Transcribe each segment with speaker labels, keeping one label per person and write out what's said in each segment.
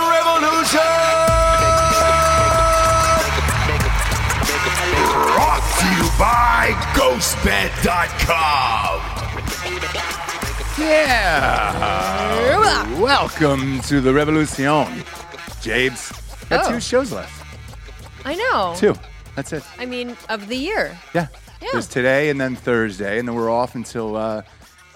Speaker 1: Revolution! Brought to you by GhostBed.com.
Speaker 2: Yeah. Welcome to the Revolution. James, got
Speaker 3: Oh.
Speaker 2: two shows left.
Speaker 3: I know.
Speaker 2: Two. That's it.
Speaker 3: I mean, of the year.
Speaker 2: Yeah.
Speaker 3: Yeah.
Speaker 2: There's today and then Thursday, and then we're off until uh,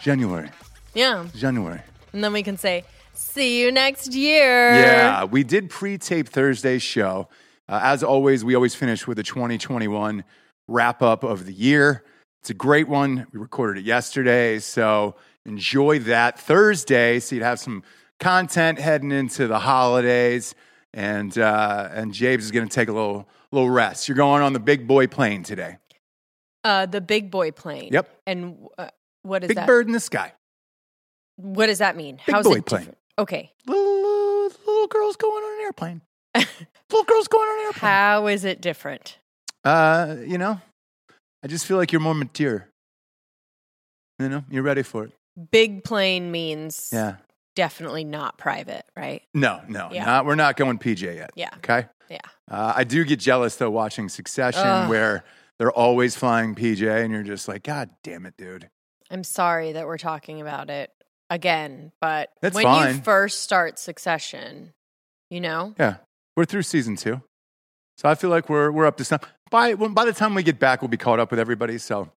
Speaker 2: January.
Speaker 3: Yeah.
Speaker 2: January.
Speaker 3: And then we can say, see you next year.
Speaker 2: Yeah. We did pre tape Thursday's show. Uh, as always, we always finish with a 2021 wrap up of the year. It's a great one. We recorded it yesterday. So enjoy that Thursday so you'd have some content heading into the holidays. And, uh, and James is going to take a little, little rest. You're going on the big boy plane today.
Speaker 3: Uh, the big boy plane.
Speaker 2: Yep.
Speaker 3: And uh, what is
Speaker 2: big
Speaker 3: that?
Speaker 2: bird in the sky.
Speaker 3: What does that mean?
Speaker 2: Big
Speaker 3: How's
Speaker 2: boy
Speaker 3: it
Speaker 2: plane.
Speaker 3: different? Okay.
Speaker 2: Little, uh, little girl's going on an airplane. little girl's going on an airplane.
Speaker 3: How is it different?
Speaker 2: Uh, you know, I just feel like you're more mature. You know, you're ready for it.
Speaker 3: Big plane means
Speaker 2: Yeah.
Speaker 3: definitely not private, right?
Speaker 2: No, no,
Speaker 3: Yeah.
Speaker 2: not, we're not going PJ yet.
Speaker 3: Yeah.
Speaker 2: Okay.
Speaker 3: Yeah.
Speaker 2: Uh, I do get jealous though watching Succession
Speaker 3: Ugh.
Speaker 2: where they're always flying PJ and you're just like, God damn it, dude.
Speaker 3: I'm sorry that we're talking about it again, but
Speaker 2: That's
Speaker 3: when you
Speaker 2: fine.
Speaker 3: first start Succession, you know,
Speaker 2: Yeah. We're through season two. So I feel like we're, we're up to stuff. By, when, by the time we get back, we'll be caught up with everybody. So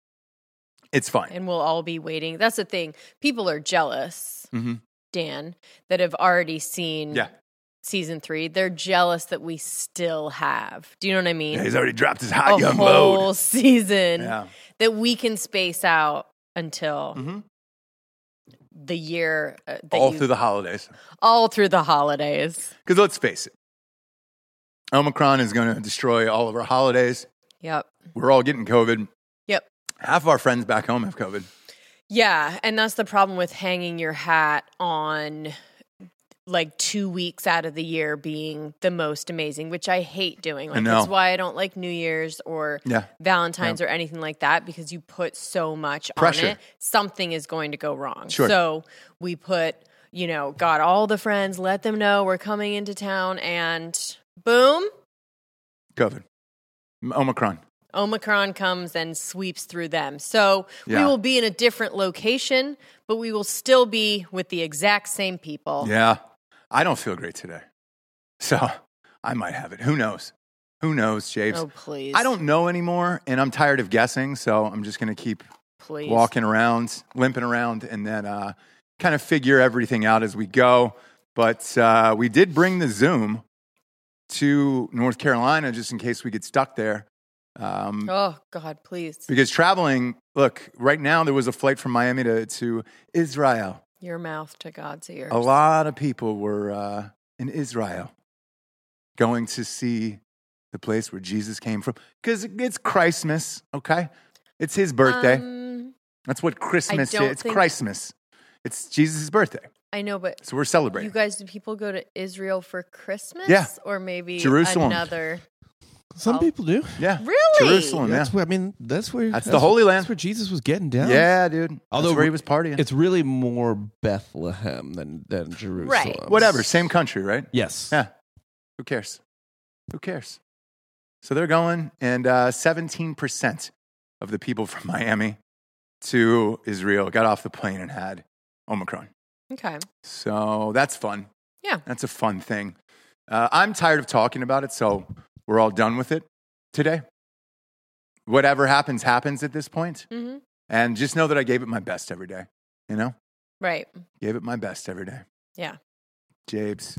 Speaker 2: it's fine.
Speaker 3: and we'll all be waiting. That's the thing. People are jealous,
Speaker 2: Mhm.
Speaker 3: Dan, that have already seen
Speaker 2: Yeah.
Speaker 3: season three. They're jealous that we still have. Do you know what I mean?
Speaker 2: Yeah, he's already dropped his hot
Speaker 3: a
Speaker 2: young
Speaker 3: whole
Speaker 2: load.
Speaker 3: season
Speaker 2: Yeah.
Speaker 3: that we can space out until
Speaker 2: Mhm.
Speaker 3: the year uh, that
Speaker 2: All
Speaker 3: you-
Speaker 2: through the holidays.
Speaker 3: all through the holidays.
Speaker 2: Because let's face it, Omicron is going to destroy all of our holidays.
Speaker 3: Yep.
Speaker 2: We're all getting COVID.
Speaker 3: Yep.
Speaker 2: Half of our friends back home have COVID.
Speaker 3: Yeah, and that's the problem with hanging your hat on like two weeks out of the year being the most amazing, which I hate doing. Like
Speaker 2: know.
Speaker 3: that's why I don't like New Year's or
Speaker 2: Yeah.
Speaker 3: Valentine's or anything like that because you put so much
Speaker 2: Pressure.
Speaker 3: on it. Something is going to go wrong.
Speaker 2: Sure.
Speaker 3: So we put, you know, got all the friends, let them know we're coming into town, and boom,
Speaker 2: COVID. M- Omicron.
Speaker 3: Omicron comes and sweeps through them. So we
Speaker 2: Yeah.
Speaker 3: will be in a different location, but we will still be with the exact same people.
Speaker 2: Yeah. I don't feel great today. So I might have it. Who knows? Who knows, James?
Speaker 3: Oh, please.
Speaker 2: I don't know anymore, and I'm tired of guessing. So I'm just going to keep
Speaker 3: Please.
Speaker 2: walking around, limping around, and then uh, kind of figure everything out as we go. But uh, we did bring the Zoom to North Carolina just in case we get stuck there. Um,
Speaker 3: Oh, God, please.
Speaker 2: Because traveling, look, right now there was a flight from Miami to, to Israel.
Speaker 3: Your mouth to God's ears.
Speaker 2: A lot of people were uh, in Israel going to see the place where Jesus came from because it's Christmas, okay? It's his birthday.
Speaker 3: Um,
Speaker 2: That's what Christmas is.
Speaker 3: don't
Speaker 2: It's
Speaker 3: think-
Speaker 2: Christmas. It's Jesus' birthday.
Speaker 3: I know, but
Speaker 2: So we're celebrating.
Speaker 3: you guys, do people go to Israel for Christmas?
Speaker 2: Yeah.
Speaker 3: Or maybe
Speaker 2: Jerusalem.
Speaker 3: another.
Speaker 4: Some people do.
Speaker 2: yeah.
Speaker 3: Really?
Speaker 2: Jerusalem, Oh, yeah.
Speaker 4: That's where I mean. That's where.
Speaker 2: That's the Holy Land.
Speaker 4: That's where Jesus was getting down.
Speaker 2: Yeah, dude. Although
Speaker 4: Although
Speaker 2: where he was partying.
Speaker 4: It's really more Bethlehem than than Jerusalem.
Speaker 2: Whatever, same country, right?
Speaker 4: Yes.
Speaker 2: Yeah. Who cares? Who cares? So they're going, and uh, 17% of the people from Miami to Israel got off the plane and had Omicron.
Speaker 3: Okay.
Speaker 2: So that's fun.
Speaker 3: Yeah.
Speaker 2: That's a fun thing. Uh, I'm tired of talking about it, so we're all done with it today. Whatever happens, happens at this point.
Speaker 3: hmm
Speaker 2: And just know that I gave it my best every day, you know?
Speaker 3: Right.
Speaker 2: Gave it my best every day.
Speaker 3: Yeah.
Speaker 2: Jabes,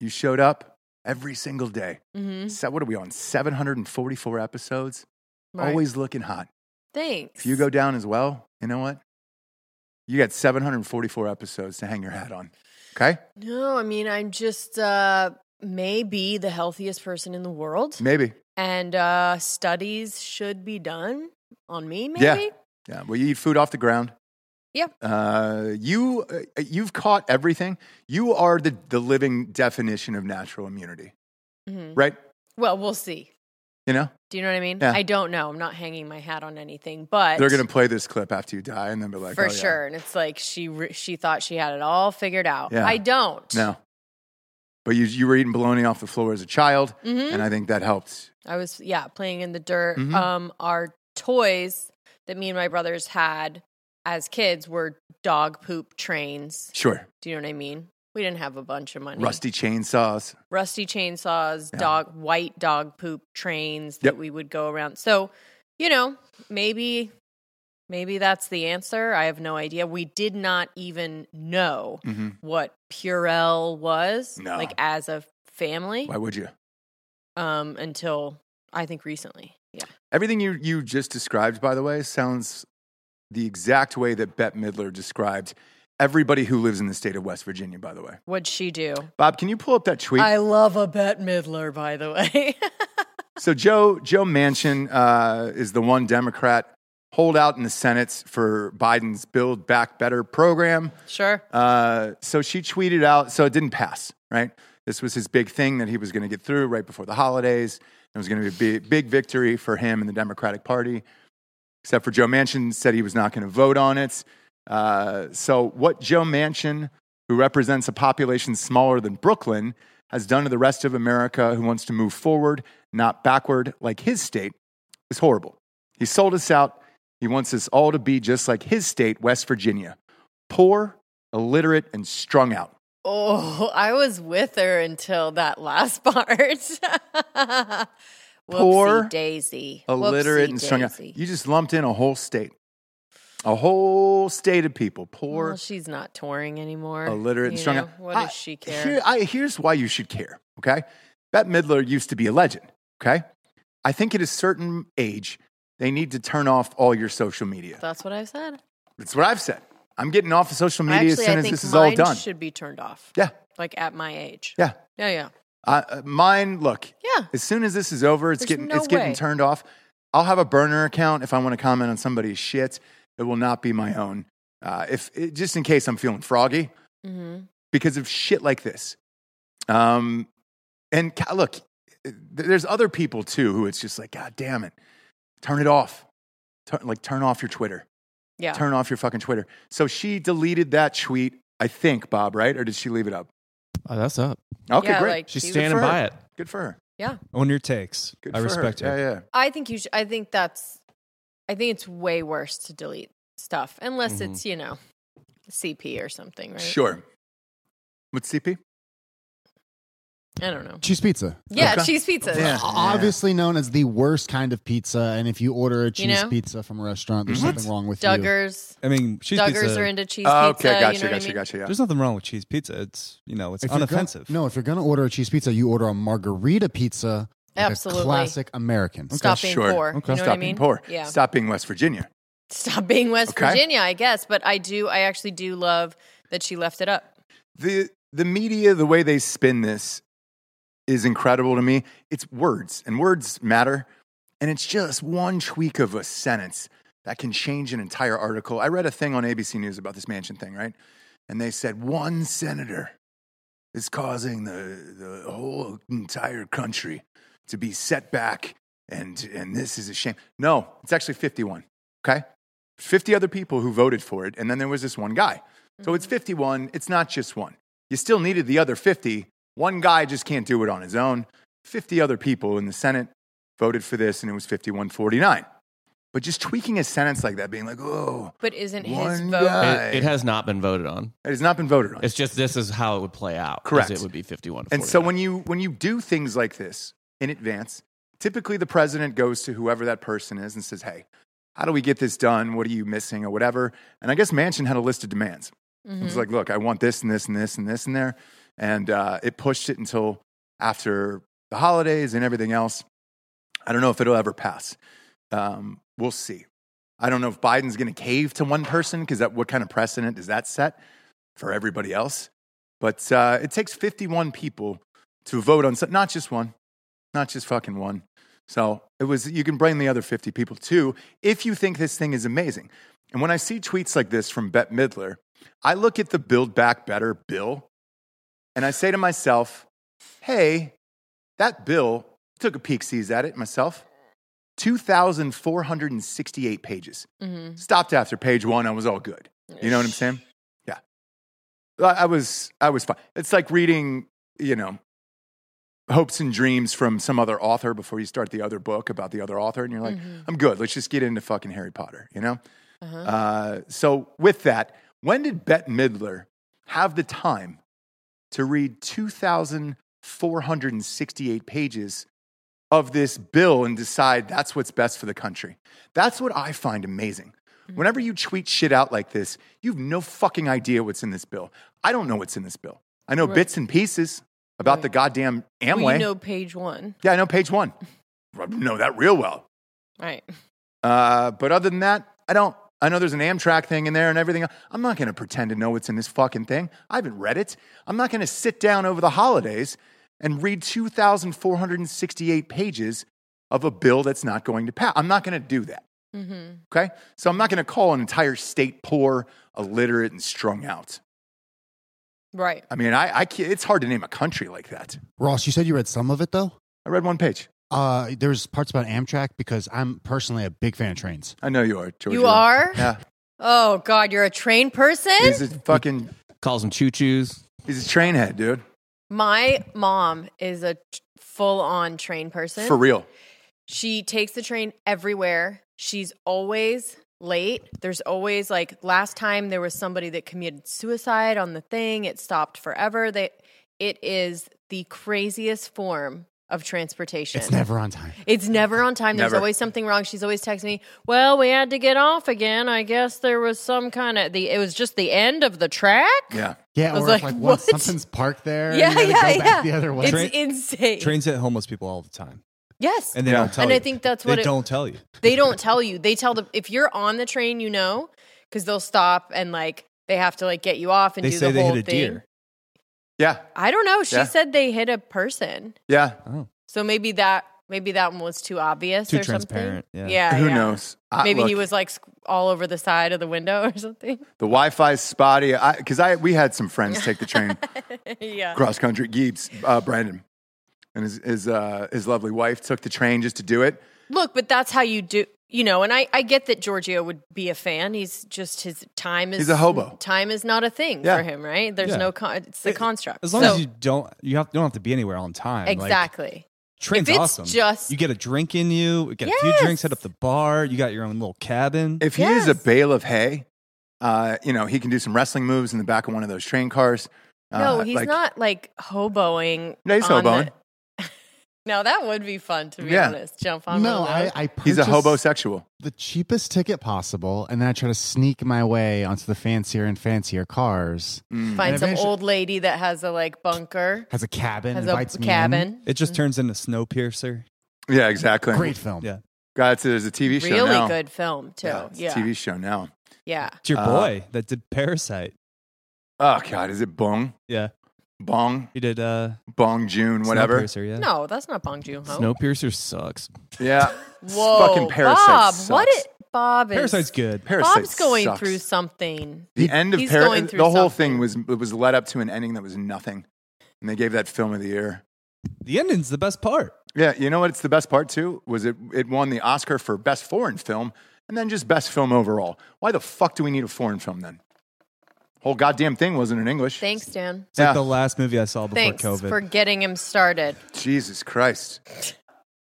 Speaker 2: you showed up every single day.
Speaker 3: hmm
Speaker 2: So what are we on? 744 episodes.
Speaker 3: Right.
Speaker 2: Always looking hot.
Speaker 3: Thanks.
Speaker 2: If you go down as well, you know what? You got 744 episodes to hang your hat on. Okay?
Speaker 3: No, I mean, I'm just uh, maybe the healthiest person in the world.
Speaker 2: Maybe.
Speaker 3: And uh, studies should be done on me, maybe?
Speaker 2: Yeah. Yeah. Well, you eat food off the ground.
Speaker 3: Yeah.
Speaker 2: Uh, you uh, you've caught everything. You are the the living definition of natural immunity,
Speaker 3: Mhm.
Speaker 2: right?
Speaker 3: Well, we'll see.
Speaker 2: You know
Speaker 3: Do you know what I mean?
Speaker 2: Yeah.
Speaker 3: I don't know. I'm not hanging my hat on anything, but
Speaker 2: they're gonna play this clip after you die, and then be like,
Speaker 3: for
Speaker 2: "Oh, yeah."
Speaker 3: sure. And it's like she re- she thought she had it all figured out.
Speaker 2: Yeah.
Speaker 3: I don't.
Speaker 2: No. But you you were eating bologna off the floor as a child,
Speaker 3: Mhm.
Speaker 2: and I think that helped.
Speaker 3: I was yeah playing in the dirt.
Speaker 2: Mhm.
Speaker 3: Um, our toys that me and my brothers had as kids were dog poop trains.
Speaker 2: Sure.
Speaker 3: Do you know what I mean? We didn't have a bunch of money.
Speaker 2: Rusty chainsaws.
Speaker 3: rusty chainsaws,
Speaker 2: Yeah.
Speaker 3: dog white dog poop trains that
Speaker 2: Yep.
Speaker 3: we would go around. So, you know, maybe maybe that's the answer. I have no idea. We did not even know
Speaker 2: hmm
Speaker 3: what Purell was
Speaker 2: No.
Speaker 3: like as a family
Speaker 2: Why would you?
Speaker 3: um until I think recently. Yeah.
Speaker 2: Everything you, you just described, by the way, sounds the exact way that Bette Midler described everybody who lives in the state of West Virginia, by the way.
Speaker 3: What'd she do?
Speaker 2: Bob, can you pull up that tweet?
Speaker 3: I love a Bette Midler, by the way.
Speaker 2: so Joe Joe Manchin uh, is the one Democrat holdout in the Senate for Biden's Build Back Better program.
Speaker 3: sure.
Speaker 2: Uh, so she tweeted out, so it didn't pass, right? This was his big thing that he was going to get through right before the holidays. It was going to be a big, big victory for him and the Democratic Party, except for Joe Manchin said he was not going to vote on it. Uh, so, what Joe Manchin, who represents a population smaller than Brooklyn, has done to the rest of America who wants to move forward, not backward like his state, is horrible. He sold us out. He wants us all to be just like his state, West Virginia poor, illiterate, and strung out.
Speaker 3: Oh, I was with her until that last part. Whoopsie
Speaker 2: Poor,
Speaker 3: Daisy.
Speaker 2: Illiterate
Speaker 3: Whoopsie
Speaker 2: and strung out.
Speaker 3: daisy.
Speaker 2: You just lumped in a whole state, a whole state of people. Poor,
Speaker 3: well, she's not touring anymore.
Speaker 2: illiterate, and
Speaker 3: you
Speaker 2: strung
Speaker 3: know?
Speaker 2: out.
Speaker 3: What
Speaker 2: I-
Speaker 3: does she care?
Speaker 2: here- I- here's why you should care, okay? Bette Midler used to be a legend, okay? I think at a certain age, they need to turn off all your social media.
Speaker 3: That's what I've said.
Speaker 2: That's what I've said. I'm getting off of social media
Speaker 3: Actually,
Speaker 2: as soon
Speaker 3: I
Speaker 2: as
Speaker 3: think
Speaker 2: this is
Speaker 3: mine
Speaker 2: all done.
Speaker 3: should be turned off.
Speaker 2: yeah,
Speaker 3: Like at my age.
Speaker 2: yeah.
Speaker 3: Yeah, yeah.
Speaker 2: I- Uh, mine, look,
Speaker 3: Yeah.
Speaker 2: As soon as this is over, it's
Speaker 3: There's
Speaker 2: getting
Speaker 3: no
Speaker 2: it's getting
Speaker 3: way.
Speaker 2: turned off. I'll have a burner account if I want to comment on somebody's shit. It will not be my own. Uh, if it, just in case I'm feeling froggy
Speaker 3: hmm
Speaker 2: because of shit like this. Um, and ca- look, th- there's other people too who it's just like, God damn it, turn it off. Turn, like turn off your Twitter.
Speaker 3: Yeah.
Speaker 2: Turn off your fucking Twitter. So she deleted that tweet. I think Bob, right? Or did she leave it up?
Speaker 4: Oh, that's up.
Speaker 2: Okay,
Speaker 3: Yeah,
Speaker 2: great.
Speaker 3: like,
Speaker 4: She's
Speaker 3: she was-
Speaker 4: standing
Speaker 2: for
Speaker 4: by
Speaker 2: her.
Speaker 4: it.
Speaker 2: Good for her.
Speaker 5: Own your takes.
Speaker 2: Good
Speaker 5: I
Speaker 2: for
Speaker 5: respect
Speaker 2: her.
Speaker 5: her.
Speaker 2: Yeah, yeah.
Speaker 3: I think you should. I think that's. I think it's way worse to delete stuff unless
Speaker 4: Mhm.
Speaker 3: it's you know, CP or something, right?
Speaker 2: Mm-hmm. Sure. What's CP?
Speaker 3: I don't know.
Speaker 6: Cheese pizza.
Speaker 3: Yeah,
Speaker 2: Okay.
Speaker 3: cheese pizza.
Speaker 2: Yeah.
Speaker 6: Obviously known as the worst kind of pizza, and if you order a cheese
Speaker 3: know?
Speaker 6: pizza from a restaurant, there's
Speaker 5: Mhm.
Speaker 2: What?
Speaker 6: something wrong with you.
Speaker 3: Duggers.
Speaker 5: I mean, cheese
Speaker 3: Duggers
Speaker 5: pizza.
Speaker 3: are into cheese
Speaker 2: Oh,
Speaker 3: pizza.
Speaker 2: okay, gotcha,
Speaker 3: you know
Speaker 2: gotcha,
Speaker 3: what I mean?
Speaker 2: gotcha. Yeah.
Speaker 5: there's nothing wrong with cheese pizza. It's you know, it's
Speaker 6: If you're gonna-
Speaker 5: unoffensive.
Speaker 6: no, if you're gonna order a cheese pizza, you order a margarita pizza. like a
Speaker 3: Absolutely.
Speaker 6: classic American.
Speaker 3: Stop being
Speaker 2: sure.
Speaker 3: poor.
Speaker 5: Okay.
Speaker 3: You know
Speaker 2: Stop
Speaker 3: what I
Speaker 2: being
Speaker 3: mean?
Speaker 2: poor.
Speaker 3: Yeah. Stop,
Speaker 2: Stop being West Virginia.
Speaker 3: being West
Speaker 2: Okay.
Speaker 3: Virginia, I guess. But I do. I actually do love that she left it up.
Speaker 2: The the media, the way they spin this, is incredible to me. It's words, and words matter. And it's just one tweak of a sentence that can change an entire article. I read a thing on ABC News about this mansion thing, right? And they said one senator is causing the, the whole entire country to be set back. And, and this is a shame. No, it's actually 51. Okay. 50 other people who voted for it. And then there was this one guy. So it's 51. It's not just one. You still needed the other 50. One guy just can't do it on his own. 50 other people in the Senate voted for this, and it was 51 49. But just tweaking a sentence like that, being like, oh,
Speaker 3: But isn't his
Speaker 2: one
Speaker 3: vote?
Speaker 2: guy.
Speaker 7: It, it has not been voted on.
Speaker 2: it has not been voted on.
Speaker 7: It's just this is how it would play out. is
Speaker 2: Correct.
Speaker 7: It would be 51 to
Speaker 2: And so
Speaker 7: 49.
Speaker 2: when you when you do things like this in advance, typically the president goes to whoever that person is and says, "Hey, how do we get this done? What are you missing or whatever?" And I guess Manchin had a list of demands. It was like, "Look, I want this and this and this and this and there," and uh, it pushed it until after the holidays and everything else. I don't know if it'll ever pass. Um, we'll see. I don't know if Biden's going to cave to one person because that what kind of precedent does that set for everybody else? But uh, it takes 51 people to vote on, so- not just one, not just fucking one. So it was, you can blame the other 50 people too if you think this thing is amazing. And when I see tweets like this from Bette Midler, I look at the Build Back Better bill and I say to myself, hey, that bill, took a peek sees at it myself, 2,468 pages.
Speaker 3: Mm-hmm.
Speaker 2: Stopped after page one, I was all good. You know what I'm saying? Yeah. I I was, I was fine. It's like reading, you know, hopes and dreams from some other author before you start the other book about the other author, and you're like, I'm good. Let's just get into fucking Harry Potter, you know? uh so, with that, when did Bette Midler have the time to read 2,468 pages of this bill and decide that's what's best for the country? That's what I find amazing.
Speaker 3: Mm-hmm.
Speaker 2: Whenever you tweet shit out like this, you have no fucking idea what's in this bill. I don't know what's in this bill. I know bits and pieces about the goddamn Amway.
Speaker 3: Well, you know page one,
Speaker 2: Yeah, I know page one. I know that real well.
Speaker 3: right?
Speaker 2: Uh, but other than that, I don't. I know there's an Amtrak thing in there and everything. I'm not going to pretend to know what's in this fucking thing. I haven't read it. I'm not going to sit down over the holidays and read 2,468 pages of a bill that's not going to pass. I'm not going to do that.
Speaker 3: Mm-hmm.
Speaker 2: Okay? So I'm not going to call an entire state poor, illiterate, and strung out.
Speaker 3: Right.
Speaker 2: I mean, I, I can't, it's hard to name a country like that.
Speaker 6: Ross, you said you read some of it though.
Speaker 2: I read one page.
Speaker 6: Uh, there's parts about Amtrak because I'm personally a big fan of trains.
Speaker 2: I know you are, George.
Speaker 3: You are?
Speaker 2: Yeah.
Speaker 3: Oh God, you're a train person.
Speaker 2: He's a fucking,
Speaker 7: calls them choo choos.
Speaker 2: he's a train head, dude.
Speaker 3: My mom is a full-on train person.
Speaker 2: For real.
Speaker 3: She takes the train everywhere. She's always late. There's always like last time there was somebody that committed suicide on the thing. It stopped forever. They it is the craziest form of transportation.
Speaker 6: It's never on time.
Speaker 3: It's never on time. There's
Speaker 2: Never.
Speaker 3: always something wrong. She's always texting me, "Well, we had to get off again. I guess there was some kind of the it was just the end of the track."
Speaker 2: Yeah.
Speaker 6: Yeah,
Speaker 3: I was
Speaker 6: or if,
Speaker 3: like,
Speaker 6: like once
Speaker 3: what?
Speaker 6: something's parked there,
Speaker 3: Yeah,
Speaker 6: you gotta
Speaker 3: yeah,
Speaker 6: go back
Speaker 3: yeah.
Speaker 6: the other way.
Speaker 3: It's
Speaker 5: Train-
Speaker 3: insane.
Speaker 5: Trains hit homeless people all the time,
Speaker 3: yes.
Speaker 5: and they
Speaker 2: Yeah.
Speaker 5: don't tell
Speaker 3: And
Speaker 5: you.
Speaker 3: I think that's what
Speaker 5: they
Speaker 3: it-
Speaker 5: don't tell you.
Speaker 3: They don't tell you. They tell the if you're on the train, you know, because they'll stop and like they have to like get you off and
Speaker 5: They
Speaker 3: do
Speaker 5: say
Speaker 3: the
Speaker 5: they
Speaker 3: whole
Speaker 5: hit a
Speaker 3: thing.
Speaker 5: deer.
Speaker 2: Yeah.
Speaker 3: I don't know. She
Speaker 2: Yeah.
Speaker 3: said they hit a person,
Speaker 2: Yeah.
Speaker 3: so maybe that maybe that one was too obvious,
Speaker 5: Too
Speaker 3: or
Speaker 5: transparent, yeah.
Speaker 3: Something. Yeah,
Speaker 2: Who
Speaker 3: Uh, yeah.
Speaker 2: knows? I-
Speaker 3: Maybe he
Speaker 2: look,
Speaker 3: was like squ- all over the side of the window or something.
Speaker 2: the Wi-Fi spotty. Because I, we had some friends take the train
Speaker 3: yeah.
Speaker 2: cross country. Gibbs, uh, Brandon, and his his, uh, his lovely wife took the train just to do it.
Speaker 3: Look, but that's how you do. You know, and I, I get that Giorgio would be a fan. He's just his time is
Speaker 2: He's a hobo.
Speaker 3: Time is not a thing
Speaker 2: Yeah.
Speaker 3: for him, right? There's
Speaker 5: Yeah.
Speaker 3: no con- it's the construct.
Speaker 5: As long
Speaker 3: So-
Speaker 5: as you don't, you have, don't have to be anywhere on time. Like,
Speaker 3: exactly.
Speaker 5: train's
Speaker 3: If it's
Speaker 5: awesome.
Speaker 3: just-
Speaker 5: you get a drink in you. You get a few
Speaker 3: Yes.
Speaker 5: drinks. Hit up the bar. You got your own little cabin.
Speaker 2: If he is a
Speaker 3: Yes.
Speaker 2: bale of hay, uh, you know he can do some wrestling moves in the back of one of those train cars.
Speaker 3: No,
Speaker 2: Uh,
Speaker 3: he's
Speaker 2: like-
Speaker 3: not like hoboing.
Speaker 2: No, he's
Speaker 3: on the-
Speaker 2: hoboing.
Speaker 3: No, that would be fun to be
Speaker 2: Yeah.
Speaker 3: honest. Jump on.
Speaker 6: No,
Speaker 3: one of
Speaker 6: I,
Speaker 3: those.
Speaker 6: I
Speaker 2: He's a
Speaker 6: purchased
Speaker 2: hobosexual.
Speaker 6: the cheapest ticket possible, and then I try to sneak my way onto the fancier and fancier cars.
Speaker 2: Mm.
Speaker 3: find
Speaker 6: and
Speaker 3: some
Speaker 6: eventually-
Speaker 3: old lady that has a like bunker,
Speaker 6: Has a cabin,
Speaker 3: has
Speaker 6: invites
Speaker 3: a
Speaker 6: me in.
Speaker 3: cabin.
Speaker 5: It just turns into Snowpiercer.
Speaker 2: Yeah, exactly.
Speaker 6: Great film.
Speaker 5: Yeah,
Speaker 2: God, it's- there's a TV show
Speaker 3: Really
Speaker 2: now.
Speaker 3: good film too. Yeah,
Speaker 2: it's a
Speaker 3: yeah.
Speaker 2: TV show now.
Speaker 3: yeah.
Speaker 5: it's your
Speaker 2: Uh,
Speaker 5: boy that did Parasite.
Speaker 2: Oh God, is it Bung?
Speaker 5: Yeah,
Speaker 2: Bong,
Speaker 5: He did uh
Speaker 2: Bong June, whatever.
Speaker 5: Snowpiercer, yeah.
Speaker 3: No, that's not Bong Joon Ho.
Speaker 7: Snowpiercer sucks.
Speaker 2: Yeah.
Speaker 3: Whoa,
Speaker 2: Fucking Parasite
Speaker 3: Bob,
Speaker 2: sucks.
Speaker 3: what it? Bob is.
Speaker 5: Parasite's good.
Speaker 2: Parasite
Speaker 3: Bob's going
Speaker 2: sucks.
Speaker 3: through something.
Speaker 2: The end of
Speaker 3: He's
Speaker 2: Parasite.
Speaker 3: going
Speaker 2: The
Speaker 3: through
Speaker 2: whole
Speaker 3: something.
Speaker 2: thing was it was led up to an ending that was nothing, and they gave that film of the year.
Speaker 5: The ending's the best part.
Speaker 2: Yeah, you know what? It's the best part too. Was it? It won the Oscar for best foreign film, and then just best film overall. Why the fuck do we need a foreign film then? Whole goddamn thing wasn't in English.
Speaker 3: Thanks, Dan.
Speaker 5: It's
Speaker 2: Yeah.
Speaker 5: like the last movie I saw before
Speaker 3: Thanks
Speaker 5: COVID.
Speaker 3: for getting him started.
Speaker 2: Jesus Christ,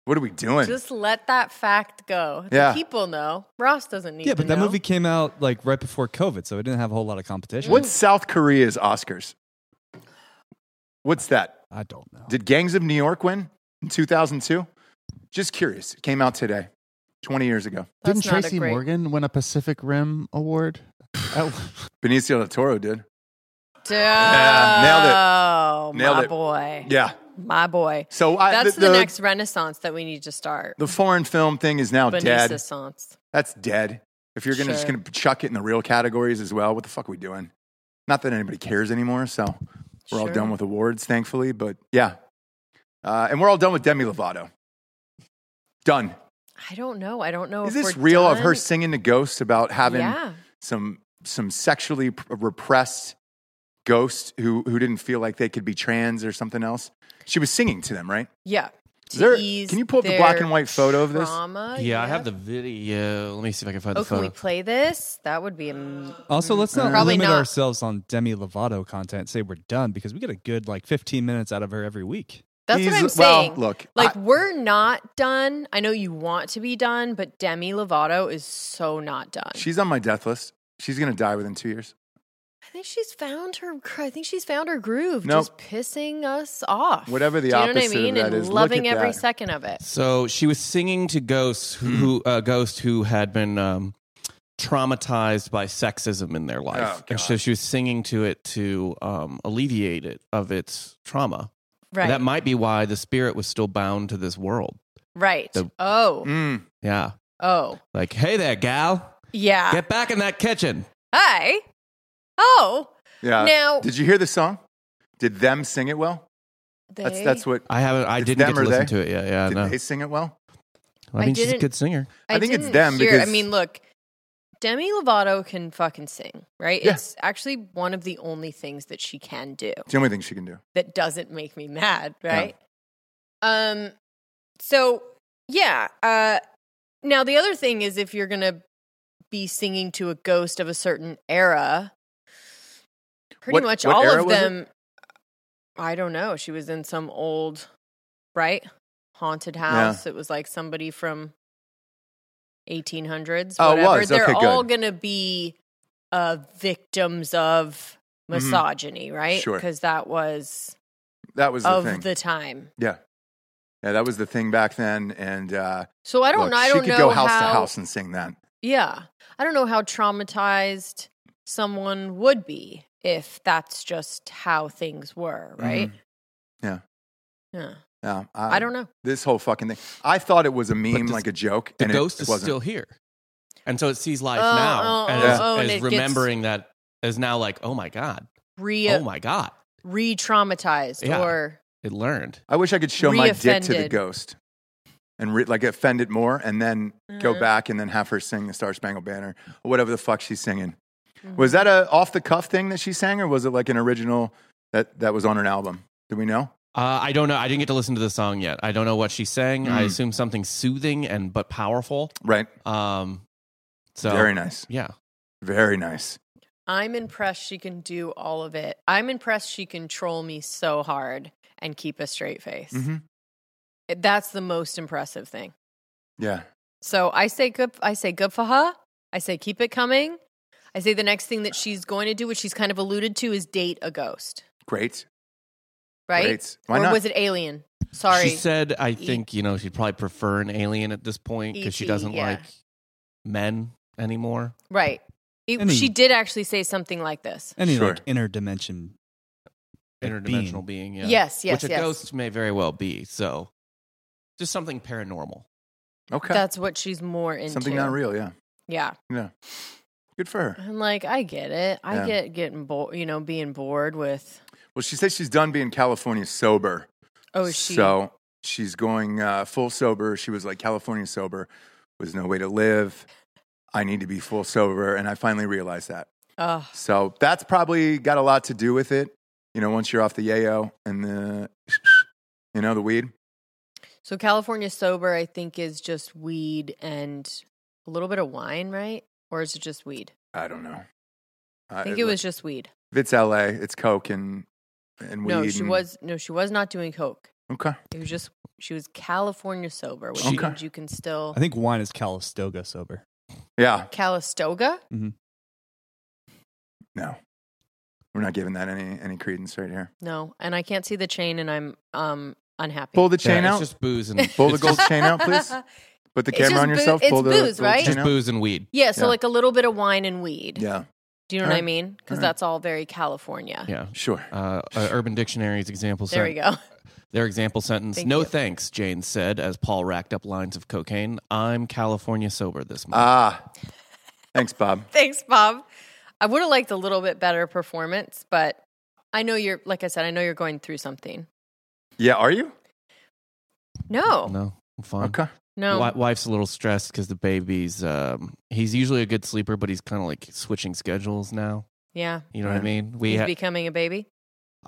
Speaker 2: what are we doing?
Speaker 3: Just let that fact go. The
Speaker 2: Yeah.
Speaker 3: people know. Ross doesn't need
Speaker 5: yeah,
Speaker 3: to
Speaker 5: but that
Speaker 3: know.
Speaker 5: movie came out like right before COVID, so it didn't have a whole lot of competition.
Speaker 2: What's South Korea's Oscars? What's that?
Speaker 5: I don't know.
Speaker 2: Did Gangs of New York win in 2002? Just curious. It came out today, 20 years ago.
Speaker 3: That's
Speaker 6: Didn't
Speaker 3: not a
Speaker 6: Tracy
Speaker 3: great-
Speaker 6: Morgan win a Pacific Rim award? At-
Speaker 2: Oh. Benicio del Toro did.
Speaker 3: Duh.
Speaker 2: Yeah, nailed it. Nailed
Speaker 3: my
Speaker 2: it.
Speaker 3: boy.
Speaker 2: Yeah.
Speaker 3: My boy.
Speaker 2: So I,
Speaker 3: That's the, next renaissance that we need to start.
Speaker 2: The foreign film thing is now dead.
Speaker 3: Renaissance.
Speaker 2: That's dead. If you're gonna just
Speaker 3: Sure.
Speaker 2: gonna chuck it in the real categories as well, what the fuck are we doing? Not that anybody cares anymore. So we're all
Speaker 3: Sure.
Speaker 2: done with awards, thankfully. But yeah, uh, and we're all done with Demi Lovato. Done.
Speaker 3: I don't know. I don't know.
Speaker 2: Is
Speaker 3: if
Speaker 2: this
Speaker 3: Oh, we're
Speaker 2: real of
Speaker 3: done.
Speaker 2: her singing to ghosts about having
Speaker 3: Yeah.
Speaker 2: some some sexually p- repressed ghosts who who didn't feel like they could be trans or something else? She was singing to them, right?
Speaker 3: Yeah.
Speaker 2: Is there-
Speaker 3: To ease
Speaker 2: can you pull up the black
Speaker 3: their
Speaker 2: and white photo of this?
Speaker 3: trauma,
Speaker 7: Yeah, I have
Speaker 3: yep.
Speaker 7: the video. Let me see if I can find
Speaker 3: Oh,
Speaker 7: the
Speaker 3: can
Speaker 7: photo.
Speaker 3: we play this? That would be. am-
Speaker 5: Also, let's not
Speaker 3: Mm-hmm. Probably
Speaker 5: limit
Speaker 3: not.
Speaker 5: ourselves on Demi Lovato content. Say we're done because we get a good like 15 minutes out of her every week.
Speaker 3: That's
Speaker 2: Ease-
Speaker 3: what I'm saying.
Speaker 2: Well, look,
Speaker 3: like
Speaker 2: I-
Speaker 3: we're not done. I know you want to be done, but Demi Lovato is so not done.
Speaker 2: she's on my death list. She's gonna die within two years.
Speaker 3: I think she's found her. gr- I think she's found her groove.
Speaker 2: Nope.
Speaker 3: Just pissing us off.
Speaker 2: Whatever the
Speaker 3: Do you
Speaker 2: opposite of
Speaker 3: know what I mean?
Speaker 2: that
Speaker 3: and
Speaker 2: is, look
Speaker 3: loving
Speaker 2: at
Speaker 3: every
Speaker 2: that.
Speaker 3: second of it.
Speaker 7: So she was singing to ghosts who, who uh, ghosts who had been um, traumatized by sexism in their life,
Speaker 2: Oh,
Speaker 7: and so she was singing to it to um, alleviate it of its trauma.
Speaker 3: Right.
Speaker 7: That might be why the spirit was still bound to this world.
Speaker 3: right.
Speaker 7: the-
Speaker 3: oh.
Speaker 2: Mm.
Speaker 7: Yeah,
Speaker 3: Oh.
Speaker 7: like hey there, gal,
Speaker 3: Yeah.
Speaker 7: get back in that kitchen.
Speaker 3: Hi. Oh.
Speaker 2: Yeah.
Speaker 3: Now-
Speaker 2: did you hear the song? Did them sing it well?
Speaker 3: They,
Speaker 2: That's that's what.
Speaker 7: I haven't. I
Speaker 2: It's
Speaker 7: didn't
Speaker 2: them
Speaker 7: get to
Speaker 2: or
Speaker 7: listen
Speaker 2: they?
Speaker 7: to it yet. Yeah,
Speaker 2: did
Speaker 7: no.
Speaker 2: they sing it well?
Speaker 7: I
Speaker 3: I
Speaker 7: mean, she's a
Speaker 3: didn't-
Speaker 7: good singer.
Speaker 2: I think it's
Speaker 3: didn't
Speaker 2: them
Speaker 3: hear-
Speaker 2: because-
Speaker 3: I mean, look, Demi Lovato can fucking sing, right?
Speaker 2: Yeah.
Speaker 3: It's actually one of the only things that she can do
Speaker 2: It's the only thing she can do.
Speaker 3: that doesn't make me mad, right? Um, so yeah. Uh, now the other thing is if you're gonna be singing to a ghost of a certain era, pretty
Speaker 2: What-
Speaker 3: much
Speaker 2: what
Speaker 3: all
Speaker 2: era
Speaker 3: of
Speaker 2: was it?
Speaker 3: them. I don't know. She was in some old, right, haunted house. It was like somebody from 1800s.
Speaker 2: Oh, it
Speaker 3: whatever.
Speaker 2: was?
Speaker 3: They're
Speaker 2: Okay, good.
Speaker 3: all gonna be uh, victims of
Speaker 2: Mm-hmm.
Speaker 3: misogyny, right?
Speaker 2: Sure.
Speaker 3: Because that was
Speaker 2: That was the
Speaker 3: of
Speaker 2: thing.
Speaker 3: the time.
Speaker 2: yeah, yeah, that was the thing back then. And uh,
Speaker 3: So I don't
Speaker 2: look,
Speaker 3: know. I
Speaker 2: she
Speaker 3: don't
Speaker 2: could
Speaker 3: know
Speaker 2: go house
Speaker 3: how,
Speaker 2: to house and sing that.
Speaker 3: Yeah, I don't know how traumatized someone would be if that's just how things were, right?
Speaker 2: Mm-hmm. Yeah. Uh,
Speaker 3: Yeah.
Speaker 2: Yeah,
Speaker 3: I don't know.
Speaker 2: This whole fucking thing. I thought it was a meme,
Speaker 7: this-
Speaker 2: like a joke.
Speaker 7: The
Speaker 2: and
Speaker 7: ghost
Speaker 2: it,
Speaker 7: is
Speaker 2: wasn't.
Speaker 7: still here, and so it sees life
Speaker 3: Oh,
Speaker 7: now,
Speaker 3: oh,
Speaker 7: and
Speaker 2: oh,
Speaker 7: is,
Speaker 3: oh, and
Speaker 7: is
Speaker 3: it gets-
Speaker 7: remembering that is now like, oh my god,
Speaker 3: Re
Speaker 7: oh my god,
Speaker 3: re traumatized
Speaker 7: Yeah.
Speaker 3: or
Speaker 7: it learned.
Speaker 2: I wish I could show my dick to the
Speaker 3: Reoffended.
Speaker 2: ghost and re- like offend it more, and then go
Speaker 3: Mhm.
Speaker 2: back and then have her sing the Star Spangled Banner or whatever the fuck she's singing.
Speaker 3: Mm-hmm.
Speaker 2: Was that a off the cuff thing that she sang, or was it like an original that that was on an album? Do we know?
Speaker 7: Uh, I don't know. I didn't get to listen to the song yet. I don't know what she sang. I
Speaker 2: Mm.
Speaker 7: assume something soothing and but powerful.
Speaker 2: Right.
Speaker 7: Um, so
Speaker 2: Very nice.
Speaker 7: Yeah,
Speaker 2: Very nice.
Speaker 3: I'm impressed she can do all of it. I'm impressed she can troll me so hard and keep a straight face.
Speaker 2: Mhm.
Speaker 3: That's the most impressive thing.
Speaker 2: Yeah.
Speaker 3: So I say good. I say good for her. I say keep it coming. I say the next thing that she's going to do, which she's kind of alluded to, is date a ghost,
Speaker 2: Great.
Speaker 3: right?
Speaker 2: Great. Why
Speaker 3: or
Speaker 2: not?
Speaker 3: was it alien? Sorry. E-
Speaker 7: she said. I think you know she'd probably prefer an alien at this point because she
Speaker 3: E.T.,
Speaker 7: doesn't
Speaker 3: E yeah.
Speaker 7: like men anymore.
Speaker 3: right. It-
Speaker 5: Any-
Speaker 3: she did actually say something like this.
Speaker 5: Any
Speaker 2: Sure.
Speaker 5: like interdimension, like,
Speaker 7: Interdimensional being.
Speaker 5: being.
Speaker 7: yeah.
Speaker 3: Yes, yes,
Speaker 7: Which a
Speaker 3: yes.
Speaker 7: ghost may very well be. So just something paranormal.
Speaker 2: Okay.
Speaker 3: That's what she's more into. Mm.
Speaker 2: Something not real. Yeah.
Speaker 3: Yeah.
Speaker 2: Yeah. Good for her.
Speaker 3: I'm like, I get it. I
Speaker 2: Yeah.
Speaker 3: get getting bored, you know, being bored with
Speaker 2: Well, she says she's done being California sober.
Speaker 3: Oh, is she?
Speaker 2: So she's going uh, full sober. She was like, California sober was no way to live. I need to be full sober. And I finally realized that.
Speaker 3: Ugh.
Speaker 2: So that's probably got a lot to do with it. You know, once you're off the yayo and the, you know, the weed.
Speaker 3: So California sober, I think, is just weed and a little bit of wine, right? Or is it just weed?
Speaker 2: I don't know. Uh,
Speaker 3: I think it was just weed.
Speaker 2: If it's LA, it's coke and and weed.
Speaker 3: No, she
Speaker 2: and-
Speaker 3: was no, she was not doing coke.
Speaker 2: okay.
Speaker 3: It was just she was California sober, which
Speaker 2: Okay.
Speaker 3: means you can still
Speaker 5: I think wine is Calistoga sober.
Speaker 2: Yeah,
Speaker 3: Calistoga.
Speaker 2: no, we're not giving that any any credence right here.
Speaker 3: No, and I can't see the chain, and I'm um unhappy.
Speaker 2: Pull the chain
Speaker 7: Yeah,
Speaker 2: out.
Speaker 7: It's just booze and
Speaker 2: Pull the
Speaker 7: it's
Speaker 2: gold
Speaker 7: just-
Speaker 2: chain out, please. Put the
Speaker 3: It's
Speaker 2: camera
Speaker 3: just
Speaker 2: on
Speaker 3: boo-
Speaker 2: yourself.
Speaker 3: it's
Speaker 2: pull the
Speaker 3: booze,
Speaker 2: gold
Speaker 3: right?
Speaker 2: chain
Speaker 7: Just
Speaker 2: out.
Speaker 7: booze and weed.
Speaker 3: yeah, so
Speaker 2: Yeah.
Speaker 3: like a little bit of wine and weed.
Speaker 2: Yeah,
Speaker 3: Do you know
Speaker 2: All
Speaker 3: what I
Speaker 2: right.
Speaker 3: mean? Because
Speaker 2: All right.
Speaker 3: that's all very California.
Speaker 7: Yeah.
Speaker 2: sure.
Speaker 7: Uh, uh, Urban Dictionary's example
Speaker 3: There
Speaker 7: sentence.
Speaker 3: we go.
Speaker 7: Their example sentence.
Speaker 3: Thank
Speaker 7: no
Speaker 3: you.
Speaker 7: thanks, Jane said as Paul racked up lines of cocaine. I'm California sober this month.
Speaker 2: Ah, thanks, Bob.
Speaker 3: Thanks, Bob. I would have liked a little bit better performance, but I know you're like I said, I know you're going through something.
Speaker 2: Yeah, are you
Speaker 3: No.
Speaker 7: no, I'm fine.
Speaker 2: Oh. okay?
Speaker 3: No.
Speaker 7: Wi- wife's a little stressed because the baby's. Um, he's usually a good sleeper, but he's kind of like switching schedules now.
Speaker 3: Yeah.
Speaker 7: You know what
Speaker 2: Right.
Speaker 7: I mean? We.
Speaker 3: He's
Speaker 7: Ha-
Speaker 3: becoming a baby.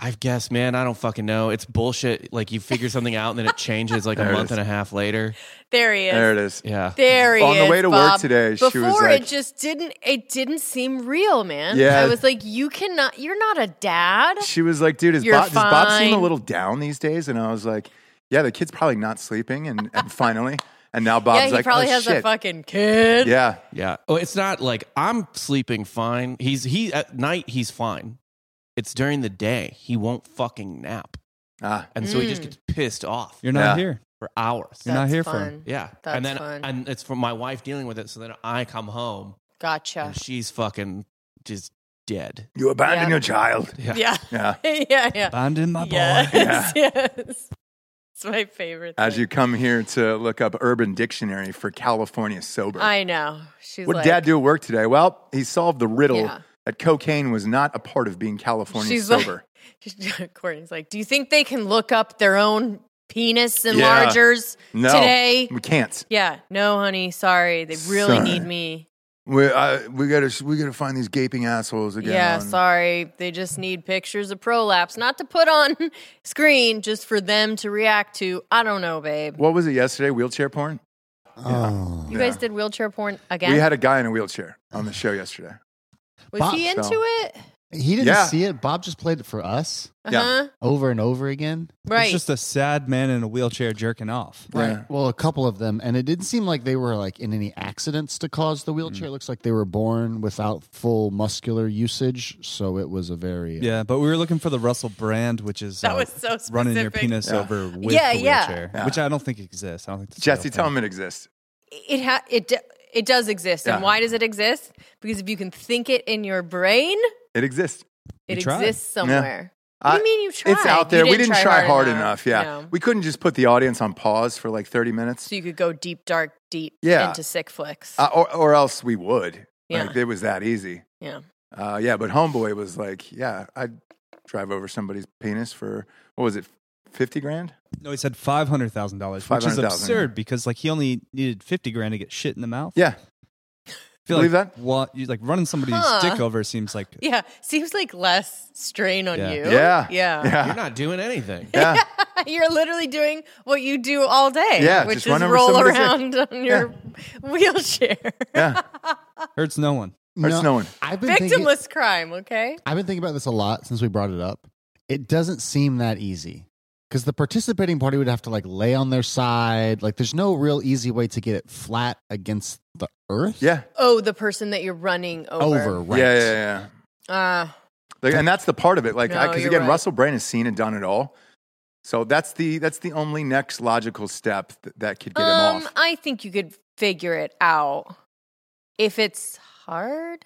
Speaker 7: I've guessed, man. I don't fucking know. It's bullshit. Like you figure something out and then it changes like a
Speaker 2: There it
Speaker 7: month
Speaker 2: is.
Speaker 7: and a half later.
Speaker 3: There he is.
Speaker 2: There it is.
Speaker 7: Yeah.
Speaker 3: There he
Speaker 2: On
Speaker 3: is.
Speaker 2: the way to work
Speaker 3: Bob.
Speaker 2: today, she
Speaker 3: Before
Speaker 2: was like-
Speaker 3: it just didn't it didn't seem real, man.
Speaker 2: Yeah.
Speaker 3: I was like, you cannot you're not a dad.
Speaker 2: She was like, "Dude, is
Speaker 3: You're
Speaker 2: Bob, does Bob seem a
Speaker 3: fine.
Speaker 2: little down these days?" And I was like, "Yeah, the kid's probably not sleeping." And, and finally, and now Bob's
Speaker 3: yeah, he
Speaker 2: like,
Speaker 3: probably
Speaker 2: "Oh,
Speaker 3: has
Speaker 2: shit."
Speaker 3: a fucking kid.
Speaker 2: Yeah,
Speaker 7: Yeah. Oh, it's not like I'm sleeping fine. He's he at night he's fine. It's during the day he won't fucking nap,
Speaker 2: ah,
Speaker 7: and so he just
Speaker 3: Mm.
Speaker 7: gets pissed off
Speaker 5: You're
Speaker 2: Yeah.
Speaker 5: not here.
Speaker 7: for hours.
Speaker 5: You're not
Speaker 3: That's
Speaker 5: here for
Speaker 3: fun.
Speaker 5: him.
Speaker 7: Yeah.
Speaker 3: That's
Speaker 7: and then
Speaker 3: fun.
Speaker 7: and it's from my wife dealing with it. So then I come home
Speaker 3: Gotcha.
Speaker 7: and she's fucking just dead.
Speaker 2: you abandon
Speaker 3: Yeah.
Speaker 2: your child.
Speaker 7: Yeah.
Speaker 3: Yeah.
Speaker 2: Yeah,
Speaker 3: yeah, yeah.
Speaker 5: Bonding my boy.
Speaker 3: Yes.
Speaker 2: Yeah.
Speaker 3: Yes. It's my favorite.
Speaker 2: as
Speaker 3: thing.
Speaker 2: you come here to look up Urban Dictionary for California sober.
Speaker 3: I know. She's
Speaker 2: What
Speaker 3: like,
Speaker 2: did dad do at work today? Well, he solved the riddle
Speaker 3: Yeah.
Speaker 2: that cocaine was not a part of being California
Speaker 3: She's like-
Speaker 2: sober.
Speaker 3: Courtney's like, do you think they can look up their own penis
Speaker 2: Yeah.
Speaker 3: enlargers
Speaker 2: no,
Speaker 3: today?
Speaker 2: we can't.
Speaker 3: Yeah, no, honey. Sorry, they really
Speaker 2: Sorry.
Speaker 3: need me.
Speaker 2: We I, we gotta we gotta find these gaping assholes again.
Speaker 3: yeah,
Speaker 2: on-
Speaker 3: sorry. They just need pictures of prolapse, not to put on screen, just for them to react to. I don't know, babe.
Speaker 2: What was it yesterday? Wheelchair porn.
Speaker 6: Oh.
Speaker 3: You guys did wheelchair porn again.
Speaker 2: We had a guy in a wheelchair on the show yesterday.
Speaker 3: Was
Speaker 6: Bob
Speaker 3: he into
Speaker 2: style.
Speaker 3: it?
Speaker 6: He didn't
Speaker 2: Yeah.
Speaker 6: see it. Bob just played it for us
Speaker 3: Uh
Speaker 2: Yeah.
Speaker 3: huh.
Speaker 6: over and over again.
Speaker 3: Right.
Speaker 5: It's just a sad man in a wheelchair jerking off.
Speaker 2: Yeah.
Speaker 6: Well, a couple of them, and it didn't seem like they were like in any accidents to cause the wheelchair.
Speaker 2: Mm.
Speaker 6: It looks like they were born without full muscular usage, so it was a very uh,
Speaker 5: Yeah, but we were looking for the Russell brand, which is
Speaker 3: That
Speaker 5: uh,
Speaker 3: was so
Speaker 5: running your
Speaker 3: specific.
Speaker 5: penis
Speaker 2: Yeah.
Speaker 5: over with
Speaker 3: Yeah,
Speaker 5: the
Speaker 3: yeah.
Speaker 5: wheelchair,
Speaker 2: Yeah.
Speaker 5: which I don't think exists. I don't think that's a
Speaker 2: Jesse,
Speaker 5: real
Speaker 2: tell
Speaker 5: thing.
Speaker 2: him it exists.
Speaker 3: it ha- it d- it does exist. And
Speaker 2: Yeah.
Speaker 3: why does it exist? Because if you can think it in your brain,
Speaker 2: It exists.
Speaker 3: it
Speaker 5: You tried.
Speaker 3: exists somewhere. What do you
Speaker 2: I-
Speaker 3: mean you tried?
Speaker 2: It's out
Speaker 3: You
Speaker 2: there. we didn't try, hard, enough. Yeah.
Speaker 3: No.
Speaker 2: We couldn't just put the audience on pause for like 30 minutes.
Speaker 3: so you could go deep, dark, deep
Speaker 2: Yeah.
Speaker 3: into sick flicks.
Speaker 2: Uh, or, or else we would.
Speaker 3: Yeah.
Speaker 2: Like it was that easy.
Speaker 3: yeah.
Speaker 2: Uh, yeah. But Homeboy was like, yeah, I'd drive over somebody's penis for, what was it, 50 grand?
Speaker 5: No, he said five hundred thousand dollars, which is
Speaker 2: $500,000,
Speaker 5: absurd because like he only needed fifty grand to get shit in the mouth.
Speaker 2: Yeah.
Speaker 5: I feel
Speaker 2: believe
Speaker 5: like,
Speaker 2: that?
Speaker 5: wa- you- like running somebody's
Speaker 3: Huh.
Speaker 5: dick over seems like
Speaker 3: Yeah. Seems like less strain on
Speaker 5: Yeah.
Speaker 3: you.
Speaker 2: Yeah.
Speaker 3: Yeah.
Speaker 7: You're
Speaker 2: Yeah.
Speaker 7: not doing anything.
Speaker 2: Yeah.
Speaker 3: You're literally doing what you do all day,
Speaker 2: Yeah,
Speaker 3: which
Speaker 2: just
Speaker 3: is
Speaker 2: run over
Speaker 3: roll
Speaker 2: somebody's
Speaker 3: around on your wheelchair.
Speaker 2: yeah.
Speaker 5: hurts no one.
Speaker 2: Or snowing.
Speaker 6: I've been thinking,
Speaker 3: Victimless crime, okay?
Speaker 6: I've been thinking about this a lot since we brought it up. It doesn't seem that easy because the participating party would have to like lay on their side. Like, there's no real easy way to get it flat against the earth.
Speaker 2: Yeah.
Speaker 3: Oh, the person that you're running over.
Speaker 6: over, right?
Speaker 2: Yeah. Yeah. Yeah.
Speaker 3: Uh,
Speaker 2: Like, and that's the part of it. Like,
Speaker 3: No,
Speaker 2: because
Speaker 3: you're
Speaker 2: again,
Speaker 3: right.
Speaker 2: Russell Brand has seen and done it all. So that's the that's the only next logical step th- that could get him off.
Speaker 3: um, I think you could figure it out. If it's hard,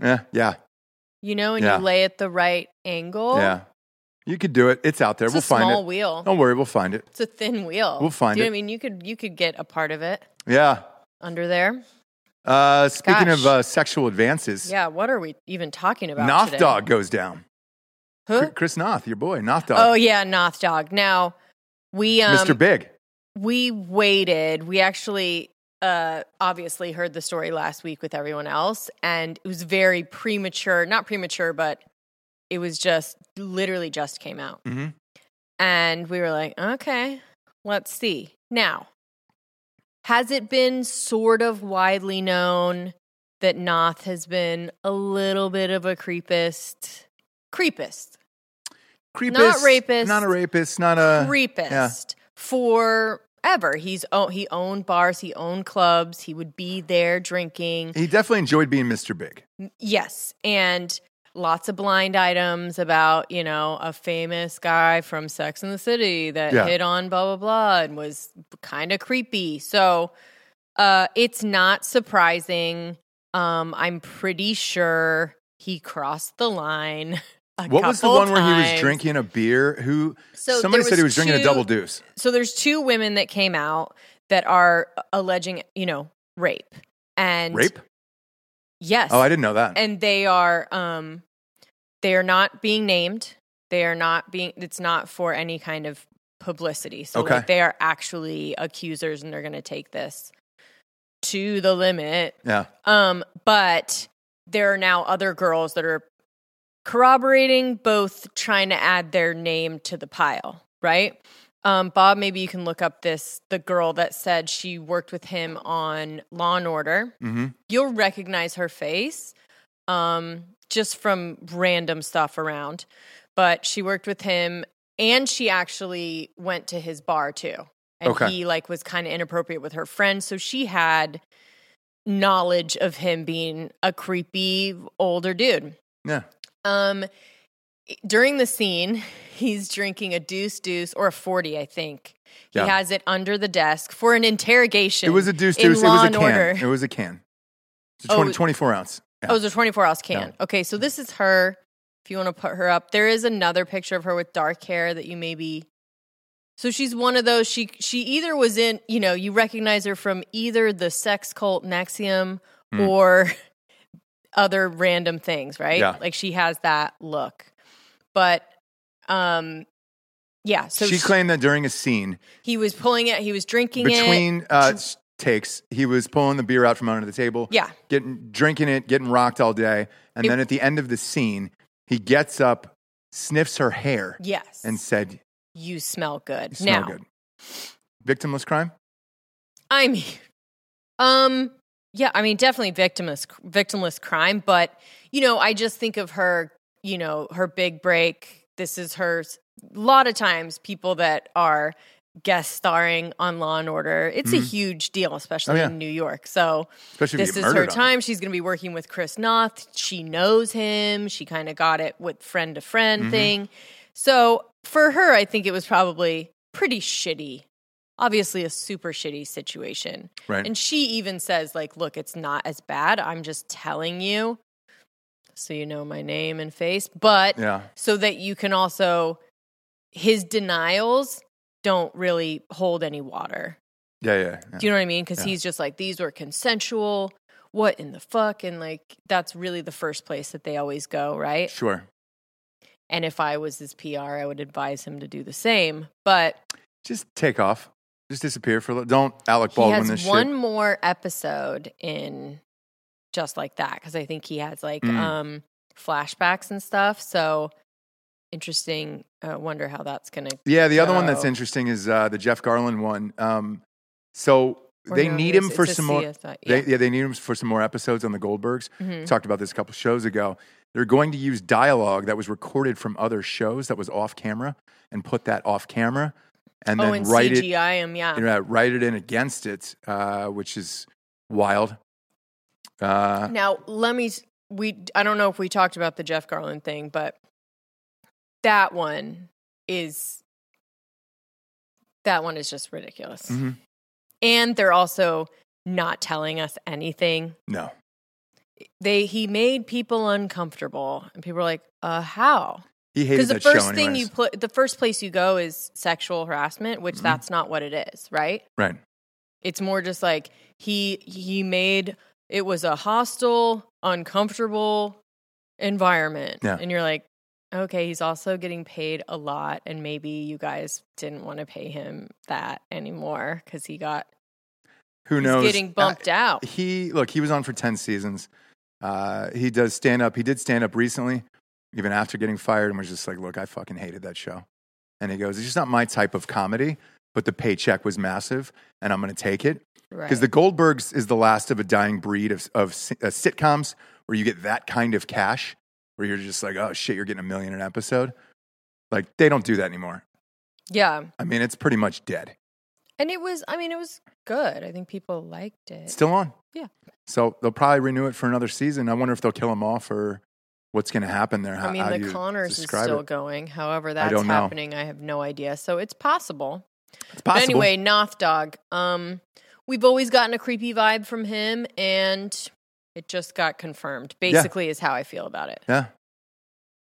Speaker 2: Yeah, yeah,
Speaker 3: you know, and
Speaker 2: Yeah.
Speaker 3: you lay at the right angle.
Speaker 2: yeah. You could do it. It's out there.
Speaker 3: It's
Speaker 2: we'll
Speaker 3: a
Speaker 2: find
Speaker 3: small
Speaker 2: it.
Speaker 3: wheel.
Speaker 2: Don't worry, we'll find it.
Speaker 3: It's a thin wheel.
Speaker 2: We'll find
Speaker 3: Do you
Speaker 2: it.
Speaker 3: Know what I mean, you could you could get a part of it
Speaker 2: Yeah.
Speaker 3: under there.
Speaker 2: Uh, speaking
Speaker 3: Gosh.
Speaker 2: of uh, sexual advances,
Speaker 3: Yeah. What are we even talking about?
Speaker 2: Knoff
Speaker 3: today?
Speaker 2: Dog goes down.
Speaker 3: Huh?
Speaker 2: Chris Noth, your boy, Noth
Speaker 3: Oh
Speaker 2: Dog.
Speaker 3: yeah, Noth Dog. Now we um
Speaker 2: Mr. Big.
Speaker 3: we waited. We actually uh obviously heard the story last week with everyone else and it was very premature, not premature, but it was just literally just came out.
Speaker 2: Mhm.
Speaker 3: And we were like, okay, let's see. Now, has it been sort of widely known that Noth has been a little bit of a creepist? Creepist.
Speaker 2: Creepist.
Speaker 3: Not rapist.
Speaker 2: Not a rapist. Not a.
Speaker 3: Creepist forever. He's o- he owned bars, he owned clubs. He would be there drinking.
Speaker 2: he definitely enjoyed being Mr. Big.
Speaker 3: Yes, and lots of blind items about you know a famous guy from Sex and the City that
Speaker 2: Yeah.
Speaker 3: hit on blah blah blah and was kind of creepy. So uh, it's not surprising. Um, I'm pretty sure he crossed the line. a
Speaker 2: What was the
Speaker 3: couple
Speaker 2: one where he was
Speaker 3: times.
Speaker 2: drinking a beer? Who?
Speaker 3: So
Speaker 2: somebody
Speaker 3: there
Speaker 2: said he was
Speaker 3: was
Speaker 2: drinking a
Speaker 3: two-
Speaker 2: double deuce.
Speaker 3: so there's two women that came out that are alleging, you know, rape. And
Speaker 2: Rape?
Speaker 3: Yes.
Speaker 2: Oh, I didn't know that.
Speaker 3: and they are um they are not being named. They are not being it's not for any kind of publicity. So
Speaker 2: Okay.
Speaker 3: like, they are actually accusers and they're going to take this to the limit.
Speaker 2: yeah.
Speaker 3: Um, but there are now other girls that are corroborating, both trying to add their name to the pile, right? Um, Bob, maybe you can look up this the girl that said she worked with him on Law and Order.
Speaker 2: hmm
Speaker 3: You'll recognize her face um, just from random stuff around, but she worked with him and she actually went to his bar too. And
Speaker 2: Okay.
Speaker 3: he like was kind of inappropriate with her friends, so she had knowledge of him being a creepy older dude.
Speaker 2: Yeah.
Speaker 3: Um, during the scene, he's drinking a deuce deuce or a forty, I think. He
Speaker 2: Yeah.
Speaker 3: has it under the desk for an interrogation.
Speaker 2: It was a deuce
Speaker 3: in
Speaker 2: deuce. It
Speaker 3: Law
Speaker 2: was a
Speaker 3: and
Speaker 2: can.
Speaker 3: Order.
Speaker 2: It was a can. It's a
Speaker 3: Oh,
Speaker 2: 20,
Speaker 3: it-
Speaker 2: 24 ounce. Yeah.
Speaker 3: Oh, it was a 24 ounce can. Okay, so this is her. If you want to put her up, there is another picture of her with dark hair that you maybe. So she's one of those. She she either was in, you know, you recognize her from either the sex cult Nexium
Speaker 2: Mm.
Speaker 3: or other random things, right?
Speaker 2: Yeah.
Speaker 3: Like she has that look, but um, yeah. So
Speaker 2: she
Speaker 3: sh-
Speaker 2: claimed that during a scene
Speaker 3: he was pulling it. He was drinking it.
Speaker 2: between uh, s- takes, he was pulling the beer out from under the table,
Speaker 3: Yeah.
Speaker 2: getting drinking it, getting rocked all day, and
Speaker 3: It-
Speaker 2: then at the end of the scene, he gets up, sniffs her hair,
Speaker 3: Yes.
Speaker 2: and said,
Speaker 3: you smell good.
Speaker 2: "You smell
Speaker 3: now,
Speaker 2: good." Victimless crime.
Speaker 3: I mean, um, yeah, I mean, definitely victimless, victimless crime. But you know, I just think of her. You know, her big break. This is her. A lot of times, people that are guest starring on Law and Order, it's a
Speaker 2: Mhm.
Speaker 3: huge deal, especially
Speaker 2: yeah.
Speaker 3: in New York. So
Speaker 2: Especially if
Speaker 3: this
Speaker 2: you
Speaker 3: is
Speaker 2: get murdered
Speaker 3: her
Speaker 2: on it.
Speaker 3: time. She's going to be working with Chris Noth. She knows him. She kind of got it with friend to friend
Speaker 2: Mhm.
Speaker 3: thing. So for her, I think it was probably pretty shitty. Obviously, a super shitty situation.
Speaker 2: Right.
Speaker 3: And she even says, like, look, it's not as bad. I'm just telling you so you know my name and face, but
Speaker 2: yeah.
Speaker 3: so that you can also, his denials don't really hold any water.
Speaker 2: Yeah. Yeah. yeah.
Speaker 3: Do you know what I mean? Because
Speaker 2: Yeah.
Speaker 3: he's just like, these were consensual. What in the fuck? And like, that's really the first place that they always go, right?
Speaker 2: sure.
Speaker 3: And if I was his PR, I would advise him to do the same. But
Speaker 2: Just take off. Just disappear for a little. Don't Alec
Speaker 3: he
Speaker 2: Baldwin
Speaker 3: has
Speaker 2: this
Speaker 3: one
Speaker 2: shit.
Speaker 3: more episode in just like that because I think he has like
Speaker 2: Mm.
Speaker 3: um flashbacks and stuff. So interesting. Uh, wonder how that's gonna.
Speaker 2: Yeah, the other one that's
Speaker 3: So-
Speaker 2: interesting is uh, the Jeff Garland one. Um, so
Speaker 3: or
Speaker 2: they
Speaker 3: no,
Speaker 2: need
Speaker 3: it's-
Speaker 2: him for
Speaker 3: it's a
Speaker 2: some more.
Speaker 3: CSI yeah.
Speaker 2: They, yeah, they need him for some more episodes on the Goldbergs.
Speaker 3: Mhm.
Speaker 2: Talked about this a couple shows ago. They're going to use dialogue that was recorded from other shows that was off camera and put that off camera and
Speaker 3: oh,
Speaker 2: then
Speaker 3: and
Speaker 2: write it,
Speaker 3: CGI him. Yeah.
Speaker 2: you know, write it in against it, uh, which is wild. Uh,
Speaker 3: Now, let me s- we I don't know if we talked about the Jeff Garland thing, but that one is that one is just ridiculous.
Speaker 2: Mhm.
Speaker 3: And they're also not telling us anything.
Speaker 2: no,
Speaker 3: They he made people uncomfortable and people were like, "Uh how?"
Speaker 2: he hated
Speaker 3: Cuz
Speaker 2: that
Speaker 3: the
Speaker 2: show.
Speaker 3: first thing
Speaker 2: anyways.
Speaker 3: you put the first place you go is sexual harassment, which
Speaker 2: Mhm.
Speaker 3: that's not what it is, right?
Speaker 2: right?
Speaker 3: It's more just like he he made it was a hostile, uncomfortable environment.
Speaker 2: Yeah.
Speaker 3: And you're like, Okay, he's also getting paid a lot, and maybe you guys didn't want to pay him that anymore because he got
Speaker 2: Who
Speaker 3: he's
Speaker 2: knows?
Speaker 3: getting bumped
Speaker 2: Uh,
Speaker 3: out.
Speaker 2: He look, he was on for ten seasons. Uh, he does stand up. He did stand up recently, even after getting fired, and was just like, "Look, I fucking hated that show." And he goes, "It's just not my type of comedy." But the paycheck was massive, and I'm going to take it
Speaker 3: Right.
Speaker 2: because the Goldbergs is the last of a dying breed of of si- uh, sitcoms where you get that kind of cash, where you're just like, "Oh shit, you're getting a million an episode." Like they don't do that anymore.
Speaker 3: yeah,
Speaker 2: I mean, it's pretty much dead.
Speaker 3: and it was. I mean, it was good. I think people liked it.
Speaker 2: Still on.
Speaker 3: Yeah.
Speaker 2: So they'll probably renew it for another season. I wonder if they'll kill them off or what's going to happen there. How,
Speaker 3: I mean,
Speaker 2: how do
Speaker 3: the
Speaker 2: you
Speaker 3: Connors is
Speaker 2: describe
Speaker 3: still
Speaker 2: it?
Speaker 3: going. However, that's
Speaker 2: don't know.
Speaker 3: happening. I have no idea. So it's possible.
Speaker 2: It's
Speaker 3: But
Speaker 2: possible.
Speaker 3: anyway, Knopf Dog. Um, we've always gotten a creepy vibe from him, and it just got confirmed. Basically, is how I feel about it.
Speaker 2: yeah.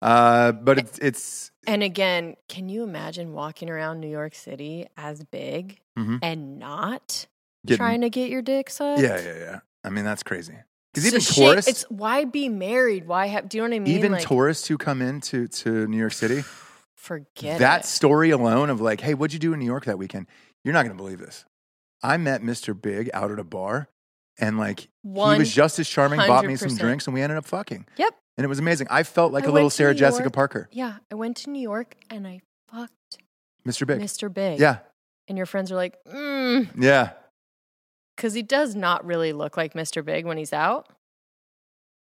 Speaker 2: Uh, but it's it's
Speaker 3: And again, can you imagine walking around New York City as big
Speaker 2: Mhm.
Speaker 3: and not
Speaker 2: getting,
Speaker 3: trying to get your dick sucked?
Speaker 2: Yeah, yeah, yeah. I mean, that's crazy. Because
Speaker 3: So
Speaker 2: even
Speaker 3: shit,
Speaker 2: tourists,
Speaker 3: it's why be married? Why have? Do you know what I mean?
Speaker 2: even
Speaker 3: like,
Speaker 2: tourists who come into to New York City,
Speaker 3: forget
Speaker 2: that
Speaker 3: it.
Speaker 2: story alone of like, hey, what'd you do in New York that weekend? You're not going to believe this. I met Mr. Big out at a bar, and like he was just as charming. Bought me some
Speaker 3: 100%.
Speaker 2: drinks, and we ended up fucking.
Speaker 3: Yep.
Speaker 2: And it was amazing. I felt like
Speaker 3: I
Speaker 2: a
Speaker 3: went
Speaker 2: little
Speaker 3: to
Speaker 2: Sarah
Speaker 3: New
Speaker 2: Jessica
Speaker 3: York.
Speaker 2: Parker,
Speaker 3: Yeah, I went to New York and I fucked
Speaker 2: Mr. Big.
Speaker 3: Mr. Big.
Speaker 2: Yeah,
Speaker 3: and your friends are like, mm,
Speaker 2: yeah.
Speaker 3: because he does not really look like Mr. Big when he's out.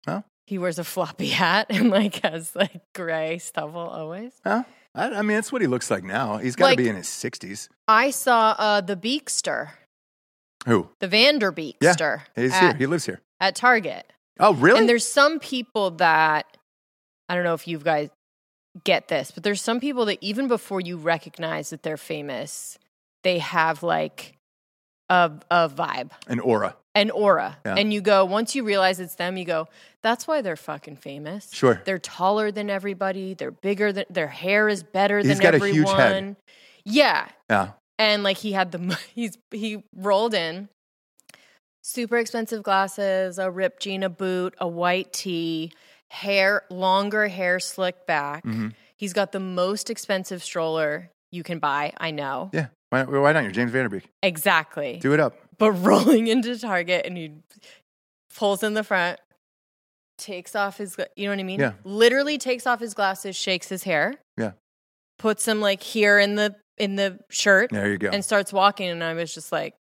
Speaker 2: Huh?
Speaker 3: He wears a floppy hat and like has like gray stubble always.
Speaker 2: Huh? I, I mean, that's what he looks like now. He's got to
Speaker 3: Like-
Speaker 2: be in his sixties.
Speaker 3: I saw uh, the Beekster,
Speaker 2: Who?
Speaker 3: the Vanderbeekster
Speaker 2: He's here.
Speaker 3: at,
Speaker 2: He lives here.
Speaker 3: at Target.
Speaker 2: Oh, really?
Speaker 3: Ah. And there's some people that I don't know if you guys get this, but there's some people that even before you recognize that they're famous, they have like a a vibe,
Speaker 2: An aura.
Speaker 3: an aura.
Speaker 2: Yeah.
Speaker 3: And you go, once you realize it's them, you go, that's why they're fucking famous.
Speaker 2: Sure.
Speaker 3: They're taller than everybody, they're bigger than their hair is better
Speaker 2: He's
Speaker 3: than
Speaker 2: got a
Speaker 3: everyone.
Speaker 2: huge head.
Speaker 3: Yeah
Speaker 2: Yeah.
Speaker 3: and like he had the mo- he's he rolled in super expensive glasses a ripped jean a boot a white tee hair longer hair slick back
Speaker 2: Mhm.
Speaker 3: he's got the most expensive stroller you can buy i know
Speaker 2: Yeah. Why, why not? You're James Vanderbeek.
Speaker 3: exactly
Speaker 2: Do it up.
Speaker 3: but rolling into target and he pulls in the front takes off his gla- you know what i mean
Speaker 2: Yeah.
Speaker 3: literally takes off his glasses shakes his hair
Speaker 2: Yeah.
Speaker 3: puts him like here in the in the shirt
Speaker 2: There you go.
Speaker 3: and starts walking and I was just like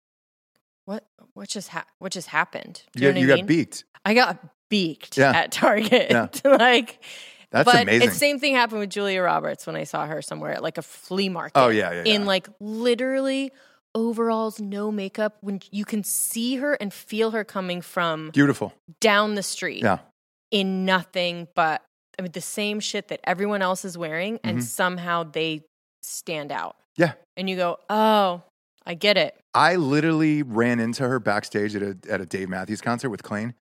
Speaker 3: what what just ha- what just happened? Do
Speaker 2: you
Speaker 3: you,
Speaker 2: got,
Speaker 3: know
Speaker 2: you
Speaker 3: what I
Speaker 2: got
Speaker 3: mean?
Speaker 2: beaked.
Speaker 3: I got beaked
Speaker 2: Yeah.
Speaker 3: at Target.
Speaker 2: Yeah.
Speaker 3: like
Speaker 2: That's
Speaker 3: but
Speaker 2: amazing.
Speaker 3: It's same thing happened with Julia Roberts when I saw her somewhere at like a flea market.
Speaker 2: Oh, yeah, yeah,
Speaker 3: In
Speaker 2: yeah.
Speaker 3: like literally overalls, no makeup when you can see her and feel her coming from
Speaker 2: Beautiful.
Speaker 3: down the street
Speaker 2: Yeah.
Speaker 3: in nothing but I mean the same shit that everyone else is wearing and
Speaker 2: Mhm.
Speaker 3: somehow they stand out.
Speaker 2: Yeah.
Speaker 3: And you go, "Oh, I get it."
Speaker 2: I literally ran into her backstage at a at a Dave Matthews concert with Klain.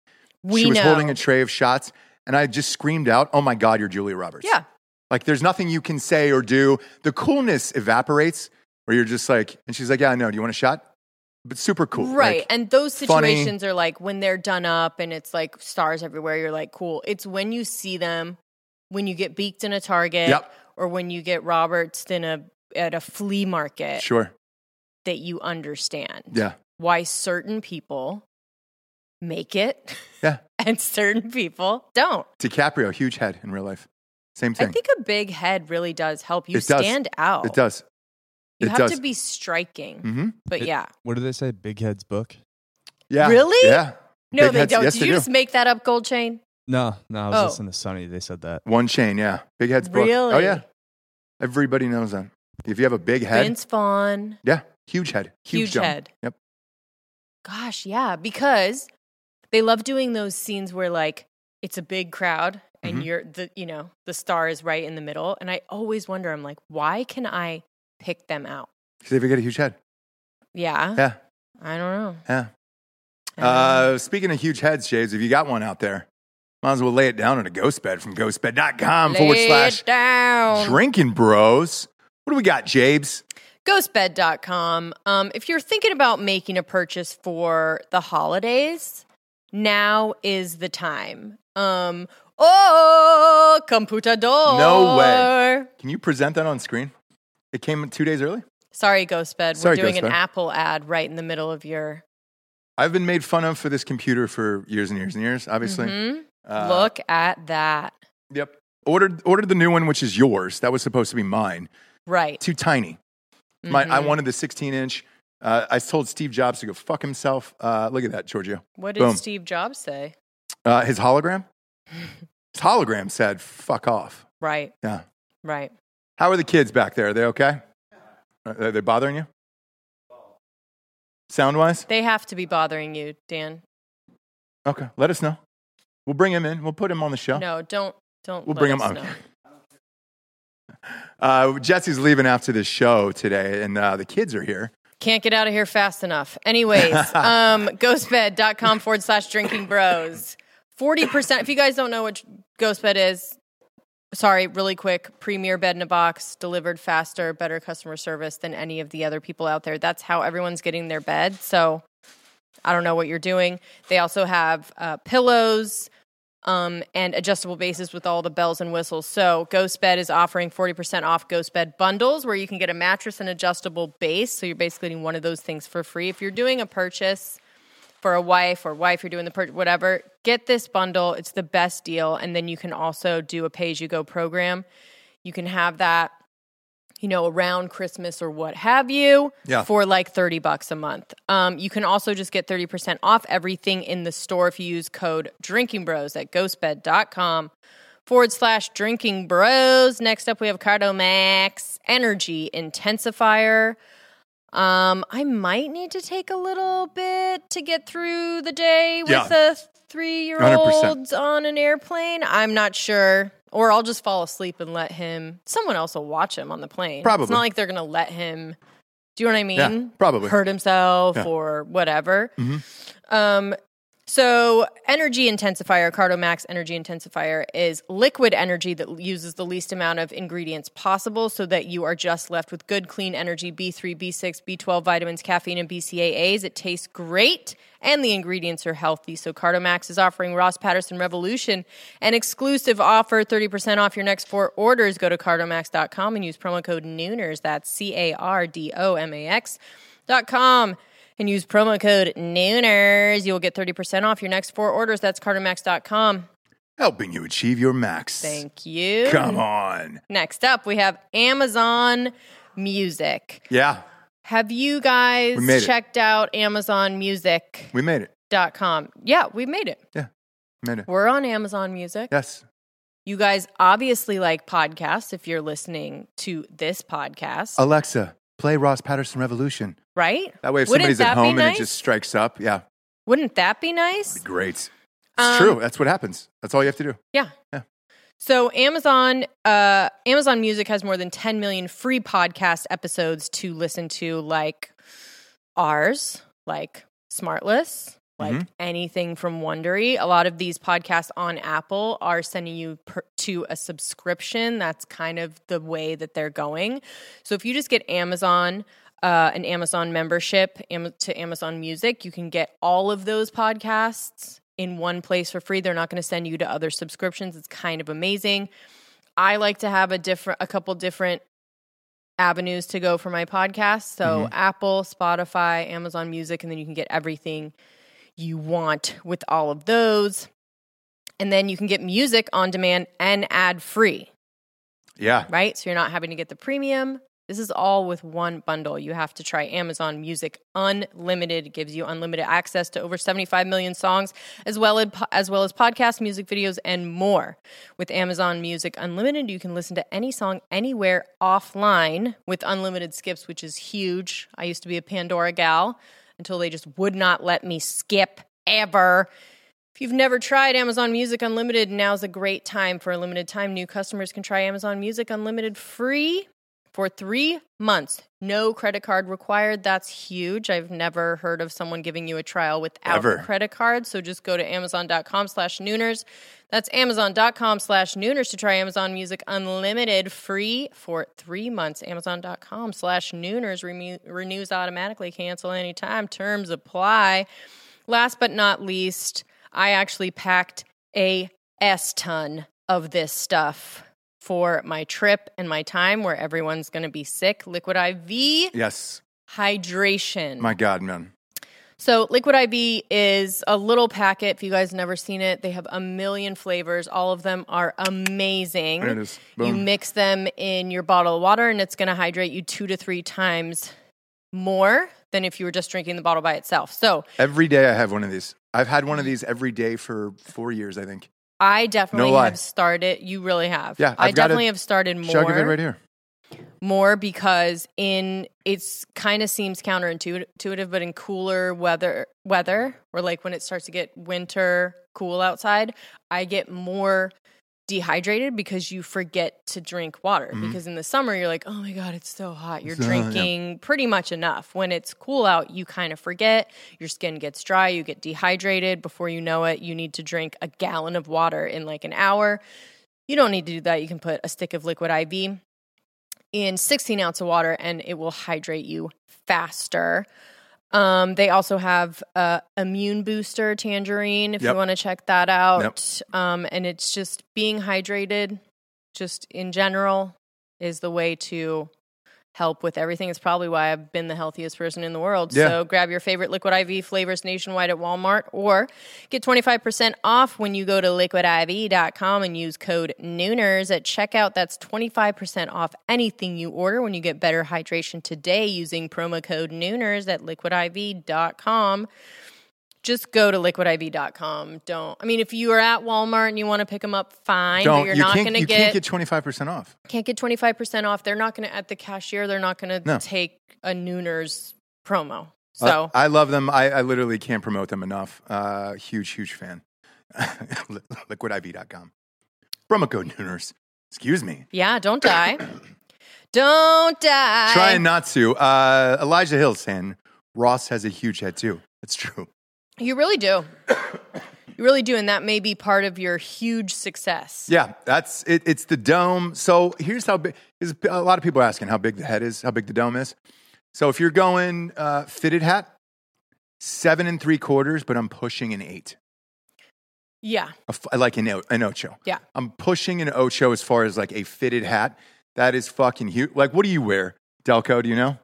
Speaker 3: We
Speaker 2: she was
Speaker 3: know.
Speaker 2: holding a tray of shots, and I just screamed out, "Oh my God, you're Julia Roberts!"
Speaker 3: Yeah.
Speaker 2: Like there's nothing you can say or do. The coolness evaporates, where you're just like, and she's like, "Yeah, I know. Do you want a shot?" But super cool,
Speaker 3: Right.
Speaker 2: Like,
Speaker 3: and those
Speaker 2: funny.
Speaker 3: situations are like when they're done up and it's like stars everywhere, you're like, cool. It's when you see them, when you get beaked in a Target
Speaker 2: Yep.
Speaker 3: or when you get Roberts in a at a flea market
Speaker 2: sure,
Speaker 3: that you understand
Speaker 2: yeah,
Speaker 3: why certain people make it
Speaker 2: yeah.
Speaker 3: and certain people don't.
Speaker 2: DiCaprio, huge head in real life, same thing.
Speaker 3: I think a big head really does help you
Speaker 2: It does.
Speaker 3: stand out.
Speaker 2: it does.
Speaker 3: You
Speaker 2: it
Speaker 3: have
Speaker 2: does.
Speaker 3: to be striking.
Speaker 2: hmm
Speaker 3: But
Speaker 5: It-
Speaker 3: yeah.
Speaker 5: What do they say? Big Head's book?
Speaker 2: Yeah.
Speaker 3: Really?
Speaker 2: Yeah.
Speaker 3: No,
Speaker 2: Big
Speaker 3: they
Speaker 2: heads-
Speaker 3: don't.
Speaker 2: Yes,
Speaker 3: Did
Speaker 2: they
Speaker 3: you
Speaker 2: do.
Speaker 3: just make that up, Gold Chain?
Speaker 5: No, no. I was
Speaker 3: Oh.
Speaker 5: listening to Sonny. They said that.
Speaker 2: One chain. Yeah. Big head's book.
Speaker 3: Really?
Speaker 2: Oh yeah. Everybody knows that. If you have a big head,
Speaker 3: Vince Vaughn.
Speaker 2: yeah, huge head, huge,
Speaker 3: Huge
Speaker 2: dome.
Speaker 3: head.
Speaker 2: Yep.
Speaker 3: Gosh, yeah, because they love doing those scenes where like it's a big crowd and
Speaker 2: Mhm.
Speaker 3: you're the you know the star is right in the middle, and I always wonder, I'm like, why can I pick them out?
Speaker 2: Because if you get a huge head,
Speaker 3: Yeah,
Speaker 2: yeah,
Speaker 3: I don't know.
Speaker 2: yeah.
Speaker 3: I don't know.
Speaker 2: Uh, speaking of huge heads, Shaves, if you got one out there, might as well lay it down on a ghost bed from ghostbed.com forward
Speaker 3: Lay it
Speaker 2: slash
Speaker 3: down.
Speaker 2: drinking bros. What do we got, Jabes?
Speaker 3: ghostbed.com. Um, if you're thinking about making a purchase for the holidays, now is the time. Um, Oh, computador.
Speaker 2: No way. Can you present that on screen? It came two days early.
Speaker 3: Sorry, Ghost Bed. We're
Speaker 2: Sorry,
Speaker 3: doing
Speaker 2: Ghost
Speaker 3: an
Speaker 2: Bed.
Speaker 3: Apple ad right in the middle of your
Speaker 2: I've been made fun of for this computer for years and years and years. Obviously,
Speaker 3: Mhm.
Speaker 2: Uh,
Speaker 3: Look at that.
Speaker 2: Yep. Ordered ordered the new one, which is yours. That was supposed to be mine.
Speaker 3: Right.
Speaker 2: Too tiny. My I
Speaker 3: Mhm.
Speaker 2: wanted the 16 inch. Uh, I told Steve Jobs to go fuck himself. Uh, look at that, Giorgio.
Speaker 3: What did
Speaker 2: boom.
Speaker 3: Steve Jobs say?
Speaker 2: Uh, his hologram. His hologram said, "Fuck off."
Speaker 3: Right.
Speaker 2: Yeah.
Speaker 3: Right.
Speaker 2: How are the kids back there? Are they okay? Are are they bothering you? Sound wise?
Speaker 3: They have to be bothering you, Dan.
Speaker 2: Okay. Let us know. We'll bring him in. We'll put him on the show.
Speaker 3: No, don't don't
Speaker 2: We'll
Speaker 3: let
Speaker 2: bring 'em
Speaker 3: us
Speaker 2: on.
Speaker 3: know.
Speaker 2: Uh, Jesse's leaving after this show today, and uh, the kids are here.
Speaker 3: Can't get out of here fast enough. Anyways, um, ghostbed.com forward slash drinking bros. 40%. If you guys don't know what ghostbed is, sorry, really quick. Premier bed in a box, delivered faster, better customer service than any of the other people out there. That's how everyone's getting their bed. So I don't know what you're doing. They also have uh, pillows um, and adjustable bases with all the bells and whistles. So Ghost Bed is offering 40% off Ghost Bed bundles where you can get a mattress and adjustable base. So you're basically getting one of those things for free. If you're doing a purchase for a wife or wife, you're doing the purchase, whatever, get this bundle. It's the best deal. And then you can also do a pay as you go program. You can have that, you know, around Christmas or what have you
Speaker 2: Yeah.
Speaker 3: for like 30 bucks a month. Um, you can also just get 30% off everything in the store if you use code drinking bros at ghostbed.com forward slash drinking bros. Next up, we have Cardomax Energy Intensifier. Um, I might need to take a little bit to get through the day with
Speaker 2: Yeah.
Speaker 3: a three year
Speaker 2: 100%.
Speaker 3: old on an airplane. I'm not sure. Or I'll just fall asleep and let him. Someone else will watch him on the plane. It's
Speaker 2: Probably.
Speaker 3: not like they're going to let him. Do you know what I mean?
Speaker 2: Yeah, probably.
Speaker 3: Hurt himself
Speaker 2: Yeah. Mm-hmm.
Speaker 3: or whatever. Um, so, energy intensifier, Cardomax energy intensifier, is liquid energy that uses the least amount of ingredients possible so that you are just left with good, clean energy B3, B6, B12, vitamins, caffeine, and BCAAs. It tastes great and the ingredients are healthy. So, Cardomax is offering Ross Patterson Revolution an exclusive offer 30% off your next four orders. Go to cardomax.com and use promo code Nooners. That's C A R D O M A X.com and use promo code Nooners. You'll get 30% off your next four orders. That's cardomax.com.
Speaker 2: Helping you achieve your max.
Speaker 3: Thank you.
Speaker 2: Come on.
Speaker 3: Next up, we have Amazon Music.
Speaker 2: Yeah,
Speaker 3: Have you guys
Speaker 2: We made it.
Speaker 3: checked out AmazonMusic.com?
Speaker 2: we made it.
Speaker 3: Yeah, we made it.
Speaker 2: Made it.
Speaker 3: We're on Amazon Music.
Speaker 2: Yes.
Speaker 3: You guys obviously like podcasts if you're listening to this podcast,
Speaker 2: Alexa, play Ross Patterson Revolution.
Speaker 3: right?
Speaker 2: That way, if
Speaker 3: Wouldn't
Speaker 2: somebody's at
Speaker 3: that be
Speaker 2: home and
Speaker 3: nice?
Speaker 2: it just strikes up, yeah,
Speaker 3: Wouldn't that be nice?
Speaker 2: great. It's
Speaker 3: Um,
Speaker 2: true. That's what happens. That's all you have to do.
Speaker 3: Yeah.
Speaker 2: Yeah.
Speaker 3: So Amazon uh, Amazon Music has more than 10 million free podcast episodes to listen to, like ours, like Smartless, like anything from Wondery. A lot of these podcasts on Apple are sending you per- to a subscription. That's kind of the way that they're going. So if you just get Amazon, uh, an Amazon membership Am- to Amazon Music, you can get all of those podcasts in one place for free. They're not going to send you to other subscriptions. It's kind of amazing. I like to have a different, a couple different avenues to go for my podcast. So Apple, Spotify, Amazon Music, and then you can get everything you want with all of those. And then you can get music on demand and ad free,
Speaker 2: Yeah.
Speaker 3: right? So you're not having to get the premium. This is all with one bundle. You have to try Amazon Music Unlimited. It gives you unlimited access to over 75 million songs, as well as, as well as podcasts, music videos, and more. With Amazon Music Unlimited, you can listen to any song anywhere offline with unlimited skips, which is huge. I used to be a Pandora gal until they just would not let me skip ever. If you've never tried Amazon Music Unlimited, now's a great time. For a limited time, new customers can try Amazon Music Unlimited free for three months. No credit card required. That's huge. I've never heard of someone giving you a trial without
Speaker 2: Ever.
Speaker 3: a credit card. So just go to amazon.com slash nooners. That's amazon.com slash nooners to try Amazon Music Unlimited free for three months. Amazon.com slash nooners Remu- renews automatically. Cancel anytime. Terms apply. Last but not least, I actually packed a S ton of this stuff for my trip and my time where everyone's going to be sick. Liquid IV
Speaker 2: Yes.
Speaker 3: hydration.
Speaker 2: My God, man.
Speaker 3: So, Liquid IV is a little packet. If you guys never seen it, they have a million flavors. All of them are amazing.
Speaker 2: There it is.
Speaker 3: You
Speaker 2: Boom.
Speaker 3: mix them in your bottle of water, and it's going to hydrate you two to three times more than if you were just drinking the bottle by itself. So,
Speaker 2: Every day I have one of these. I've had one of these every day for four years, I think.
Speaker 3: I definitely
Speaker 2: lie.
Speaker 3: have started. You really have.
Speaker 2: Yeah,
Speaker 3: I
Speaker 2: I've got a
Speaker 3: definitely have started more.
Speaker 2: Chug of it right here.
Speaker 3: more because in it's kind of seems counterintuitive but in cooler weather weather or like when it starts to get winter cool outside i get more dehydrated because you forget to drink water because in the summer you're like oh my god it's so hot you're
Speaker 2: So, yeah.
Speaker 3: drinking pretty much enough when it's cool out you kind of forget your skin gets dry you get dehydrated before you know it you need to drink a gallon of water in like an hour you don't need to do that you can put a stick of liquid iv in 16 ounce of water and it will hydrate you faster. Um, they also have uh, immune booster tangerine if
Speaker 2: Yep.
Speaker 3: you want to check that out. Um, and it's just being hydrated, just in general, is the way to help with everything. It's probably why I've been the healthiest person in the world.
Speaker 2: Yeah.
Speaker 3: So grab your favorite Liquid IV flavors nationwide at Walmart or get 25% off when you go to liquidiv.com and use code Nooners at checkout. That's 25% off anything you order when you get better hydration today using promo code Nooners at liquidiv.com. Just go to liquidiv.com. Don't. I mean, if you are at Walmart and you want to pick them up, fine. but
Speaker 2: Don't
Speaker 3: you're
Speaker 2: you
Speaker 3: not
Speaker 2: can't
Speaker 3: going to
Speaker 2: you
Speaker 3: get
Speaker 2: can't get twenty five percent off.
Speaker 3: can't get 25% off. They're not going to, at the cashier, they're not going to
Speaker 2: No.
Speaker 3: take a Nooners
Speaker 2: Uh,
Speaker 3: promo. So
Speaker 2: I love them. I, I literally can't promote them enough. Uh, huge, huge fan. Li- LiquidIV.com. Promo code Nooners. Excuse me.
Speaker 3: yeah, don't die. don't die.
Speaker 2: Trying not to. Uh, Elijah Hill saying Ross has a huge head too. That's true.
Speaker 3: you really do. You really do. And that may be part of your huge success.
Speaker 2: Yeah, that's it, it's the dome. So here's how big. Is a lot of people are asking how big the head is, how big the dome is. So if you're going uh, fitted hat, seven and three quarters, but I'm pushing an eight.
Speaker 3: Yeah.
Speaker 2: a f- like an, o- an ocho.
Speaker 3: Yeah.
Speaker 2: I'm pushing an ocho as far as like a fitted hat. That is fucking huge. Like, what do you wear, Delco? Do you know?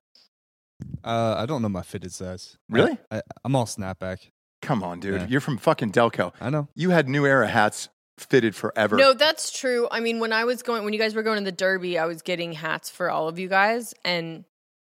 Speaker 5: Uh, I don't know my fitted size.
Speaker 2: Really?
Speaker 5: I, am all snapback.
Speaker 2: Come on, dude.
Speaker 5: Yeah.
Speaker 2: You're from fucking Delco.
Speaker 5: I know.
Speaker 2: You had New Era hats fitted forever.
Speaker 3: No, that's true. I mean, when I was going, when you guys were going to the Derby, I was getting hats for all of you guys. And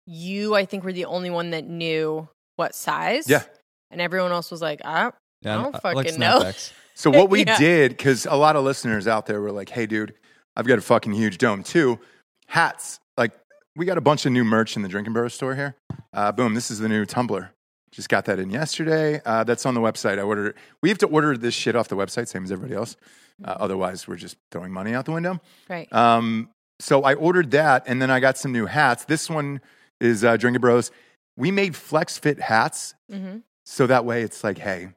Speaker 3: you, I think, were the only one that knew what size.
Speaker 2: Yeah.
Speaker 3: And everyone else was like, "Ah, I,
Speaker 5: Yeah,
Speaker 3: I don't
Speaker 5: I like
Speaker 3: fucking know.
Speaker 5: snapbacks.
Speaker 2: So what we
Speaker 3: Yeah.
Speaker 2: did, because a lot of listeners out there were like, "Hey, dude, I've got a fucking huge dome too." Hats, like we got a bunch of new merch in the Drinking Bros store here. Uh, boom, this is the new tumbler. Just got that in yesterday. Uh, that's on the website. I ordered. it. We have to order this shit off the website, same as everybody else. Uh, otherwise, we're just throwing money out the window.
Speaker 3: right.
Speaker 2: Um, so I ordered that, and then I got some new hats. This one is uh, Drinking Bros. We made flex fit hats
Speaker 3: mm-hmm.
Speaker 2: so that way it's like, hey,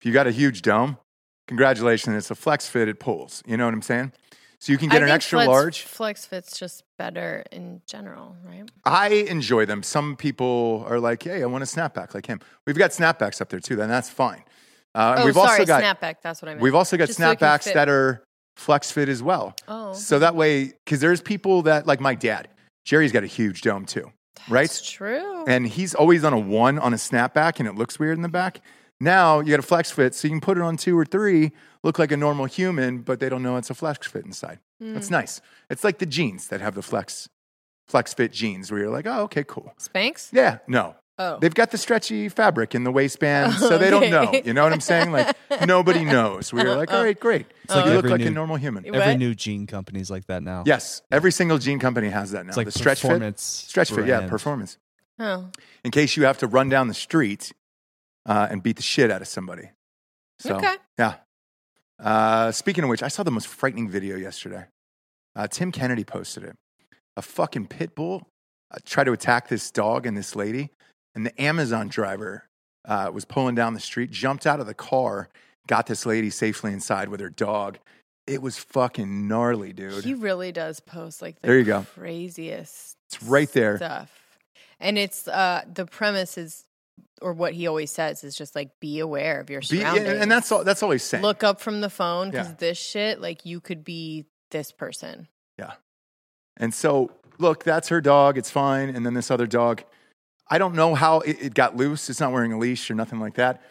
Speaker 2: if you got a huge dome, congratulations, it's a flex fit, it pulls. You know what I'm saying? So you can get
Speaker 3: I
Speaker 2: an
Speaker 3: think
Speaker 2: extra
Speaker 3: flex,
Speaker 2: large.
Speaker 3: Flex fits just better in general, right?
Speaker 2: I enjoy them. Some people are like, hey, I want a snapback like him. We've got snapbacks up there too, then that's fine. Uh, and
Speaker 3: oh,
Speaker 2: we've
Speaker 3: sorry,
Speaker 2: also got
Speaker 3: snapback. That's what I meant.
Speaker 2: we've also got
Speaker 3: Just so it can
Speaker 2: snapbacks
Speaker 3: fit.
Speaker 2: that are flex fit as well.
Speaker 3: Oh,
Speaker 2: So that way, because there's people that like my dad, Jerry's got a huge dome too, right?
Speaker 3: it's true.
Speaker 2: and he's always on a one on a snapback and it looks weird in the back. Now you got a flex fit, so you can put it on two or three, look like a normal human, but they don't know it's a flex fit inside.
Speaker 3: Mm. Hmm.
Speaker 2: That's nice. It's like the jeans that have the flex flex fit jeans where you're like, oh, okay, cool.
Speaker 3: Spanx.
Speaker 2: Yeah, no.
Speaker 3: Oh,
Speaker 2: They've got the stretchy fabric in the waistband, so they don't know.
Speaker 3: Okay.
Speaker 2: You know what I'm saying? Like nobody knows. Where you're like, all right, great.
Speaker 5: like
Speaker 2: you look
Speaker 5: every
Speaker 2: like a
Speaker 5: new-
Speaker 2: normal human.
Speaker 5: Every
Speaker 3: What?
Speaker 5: new jean company's like that now.
Speaker 2: Yes, every single jean company has that now.
Speaker 5: It's like
Speaker 2: the stretch fit,
Speaker 5: performance
Speaker 2: stretch fit, yeah,
Speaker 5: brand.
Speaker 2: performance.
Speaker 3: oh,
Speaker 2: in case you have to run down the street uh, and beat the shit out of somebody. So,
Speaker 3: Okay.
Speaker 2: Yeah. Uh, speaking of which, I saw the most frightening video yesterday. Uh, Tim Kennedy posted it. A fucking pit bull uh, tried to attack this dog and this lady, and the Amazon driver uh, was pulling down the street, jumped out of the car, got this lady safely inside with her dog. It was fucking gnarly, dude.
Speaker 3: he really does post like the
Speaker 2: There you go.
Speaker 3: craziest uh,
Speaker 2: it's right there.
Speaker 3: stuff, and it's uh the premise is or what he always says is just like be aware of your
Speaker 2: Be- yeah,
Speaker 3: surroundings.
Speaker 2: and, and that's all. That's all he's saying.
Speaker 3: look up from the phone because
Speaker 2: Yeah.
Speaker 3: this shit, like you could be this person.
Speaker 2: And so, look, that's her dog. It's fine. And then this other dog, I don't know how it, it got loose. It's not wearing a leash or nothing like that.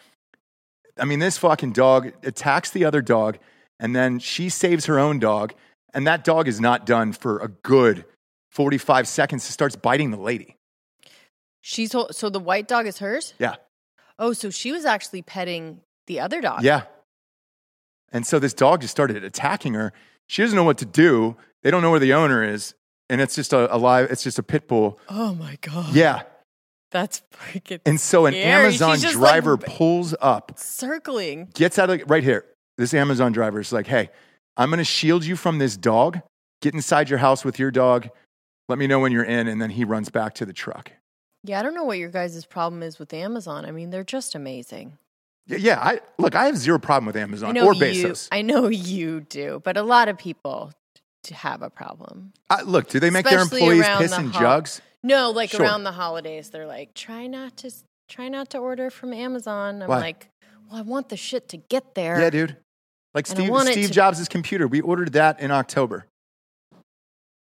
Speaker 2: I mean, this fucking dog attacks the other dog, and then she saves her own dog. And that dog is not done for a good 45 seconds. It starts biting the lady.
Speaker 3: She's hol- so the white dog is hers.
Speaker 2: Yeah.
Speaker 3: Oh, so she was actually petting the other dog.
Speaker 2: Yeah. And so this dog just started attacking her. She doesn't know what to do. They don't know where the owner is. And it's just a, a live, it's just a pit bull.
Speaker 3: Oh my god.
Speaker 2: Yeah.
Speaker 3: That's freaking
Speaker 2: And so an
Speaker 3: Scary. She's
Speaker 2: Amazon
Speaker 3: just, like,
Speaker 2: driver
Speaker 3: b-
Speaker 2: pulls up
Speaker 3: circling.
Speaker 2: gets out of the, right here. This Amazon driver is like, hey, I'm going to shield you from this dog. Get inside your house with your dog. Let me know when you're in. And then he runs back to the truck.
Speaker 3: Yeah, I don't know what your guys' problem is with Amazon. I mean, they're just amazing.
Speaker 2: Yeah, yeah I, look, I have zero problem with
Speaker 3: I
Speaker 2: Amazon
Speaker 3: know
Speaker 2: or
Speaker 3: you.
Speaker 2: Bezos.
Speaker 3: I know you do, but a lot of people d- have a problem.
Speaker 2: I, look, do they make their
Speaker 3: Especially
Speaker 2: employees
Speaker 3: around
Speaker 2: piss
Speaker 3: the
Speaker 2: in
Speaker 3: hol-
Speaker 2: jugs?
Speaker 3: No, like
Speaker 2: Sure.
Speaker 3: around the holidays, they're like, try not to s- try not to order from Amazon. I'm
Speaker 2: Why?
Speaker 3: like, well, I want the shit to get there.
Speaker 2: Yeah, dude. Like
Speaker 3: And I
Speaker 2: Steve,
Speaker 3: want it
Speaker 2: Steve
Speaker 3: to-
Speaker 2: Jobs' computer. We ordered that in October.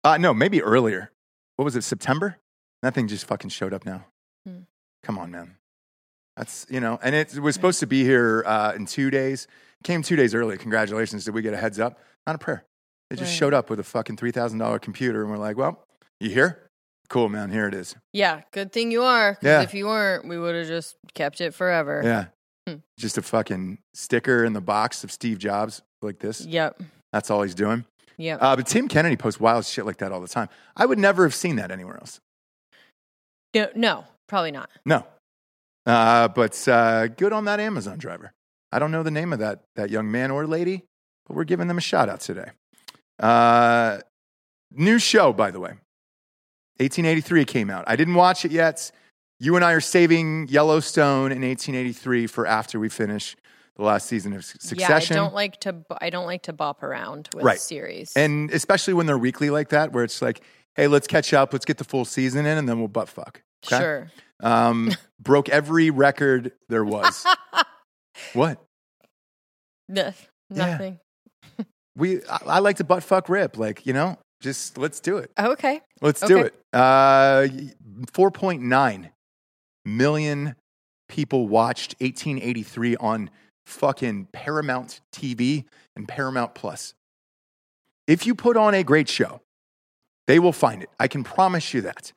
Speaker 2: Uh, no, maybe earlier. What was it, September? That thing just fucking showed up now.
Speaker 3: Hmm.
Speaker 2: Come on, man. That's, you know, and it was supposed to be here uh, in two days. Came two days early. Congratulations. Did we get a heads up? Not a prayer. They just
Speaker 3: Right.
Speaker 2: showed up with a fucking $3,000 computer and we're like, well, you here? Cool, man. Here it is.
Speaker 3: Yeah, good thing you are. 'cause
Speaker 2: Yeah.
Speaker 3: if you weren't, we would have just kept it forever.
Speaker 2: Yeah.
Speaker 3: Hmm.
Speaker 2: Just a fucking sticker in the box of Steve Jobs like this.
Speaker 3: Yep.
Speaker 2: That's all he's doing.
Speaker 3: Yep.
Speaker 2: Uh, but Tim Kennedy posts wild shit like that all the time. I would never have seen that anywhere else.
Speaker 3: no, no, probably not.
Speaker 2: No. Uh, but uh, good on that Amazon driver. I don't know the name of that, that young man or lady, but we're giving them a shout out today. Uh, new show, by the way. 1883 came out. I didn't watch it yet. You and I are saving Yellowstone in 1883 for after we finish the last season of Succession.
Speaker 3: Yeah, I don't like to. b- I don't like to bop around with
Speaker 2: Right.
Speaker 3: series.
Speaker 2: And especially when they're weekly like that, where it's like, hey, let's catch up, let's get the full season in, and then we'll butt fuck. Okay?
Speaker 3: sure,
Speaker 2: Um, broke every record there was. what?
Speaker 3: Nah, nothing.
Speaker 2: We, I, I like to butt fuck rip. Like, you know, just let's do it.
Speaker 3: Okay,
Speaker 2: Let's do
Speaker 3: Okay.
Speaker 2: it. Uh, 4.9 million people watched 1883 on fucking Paramount TV and Paramount Plus. If you put on a great show, they will find it. I can promise you that.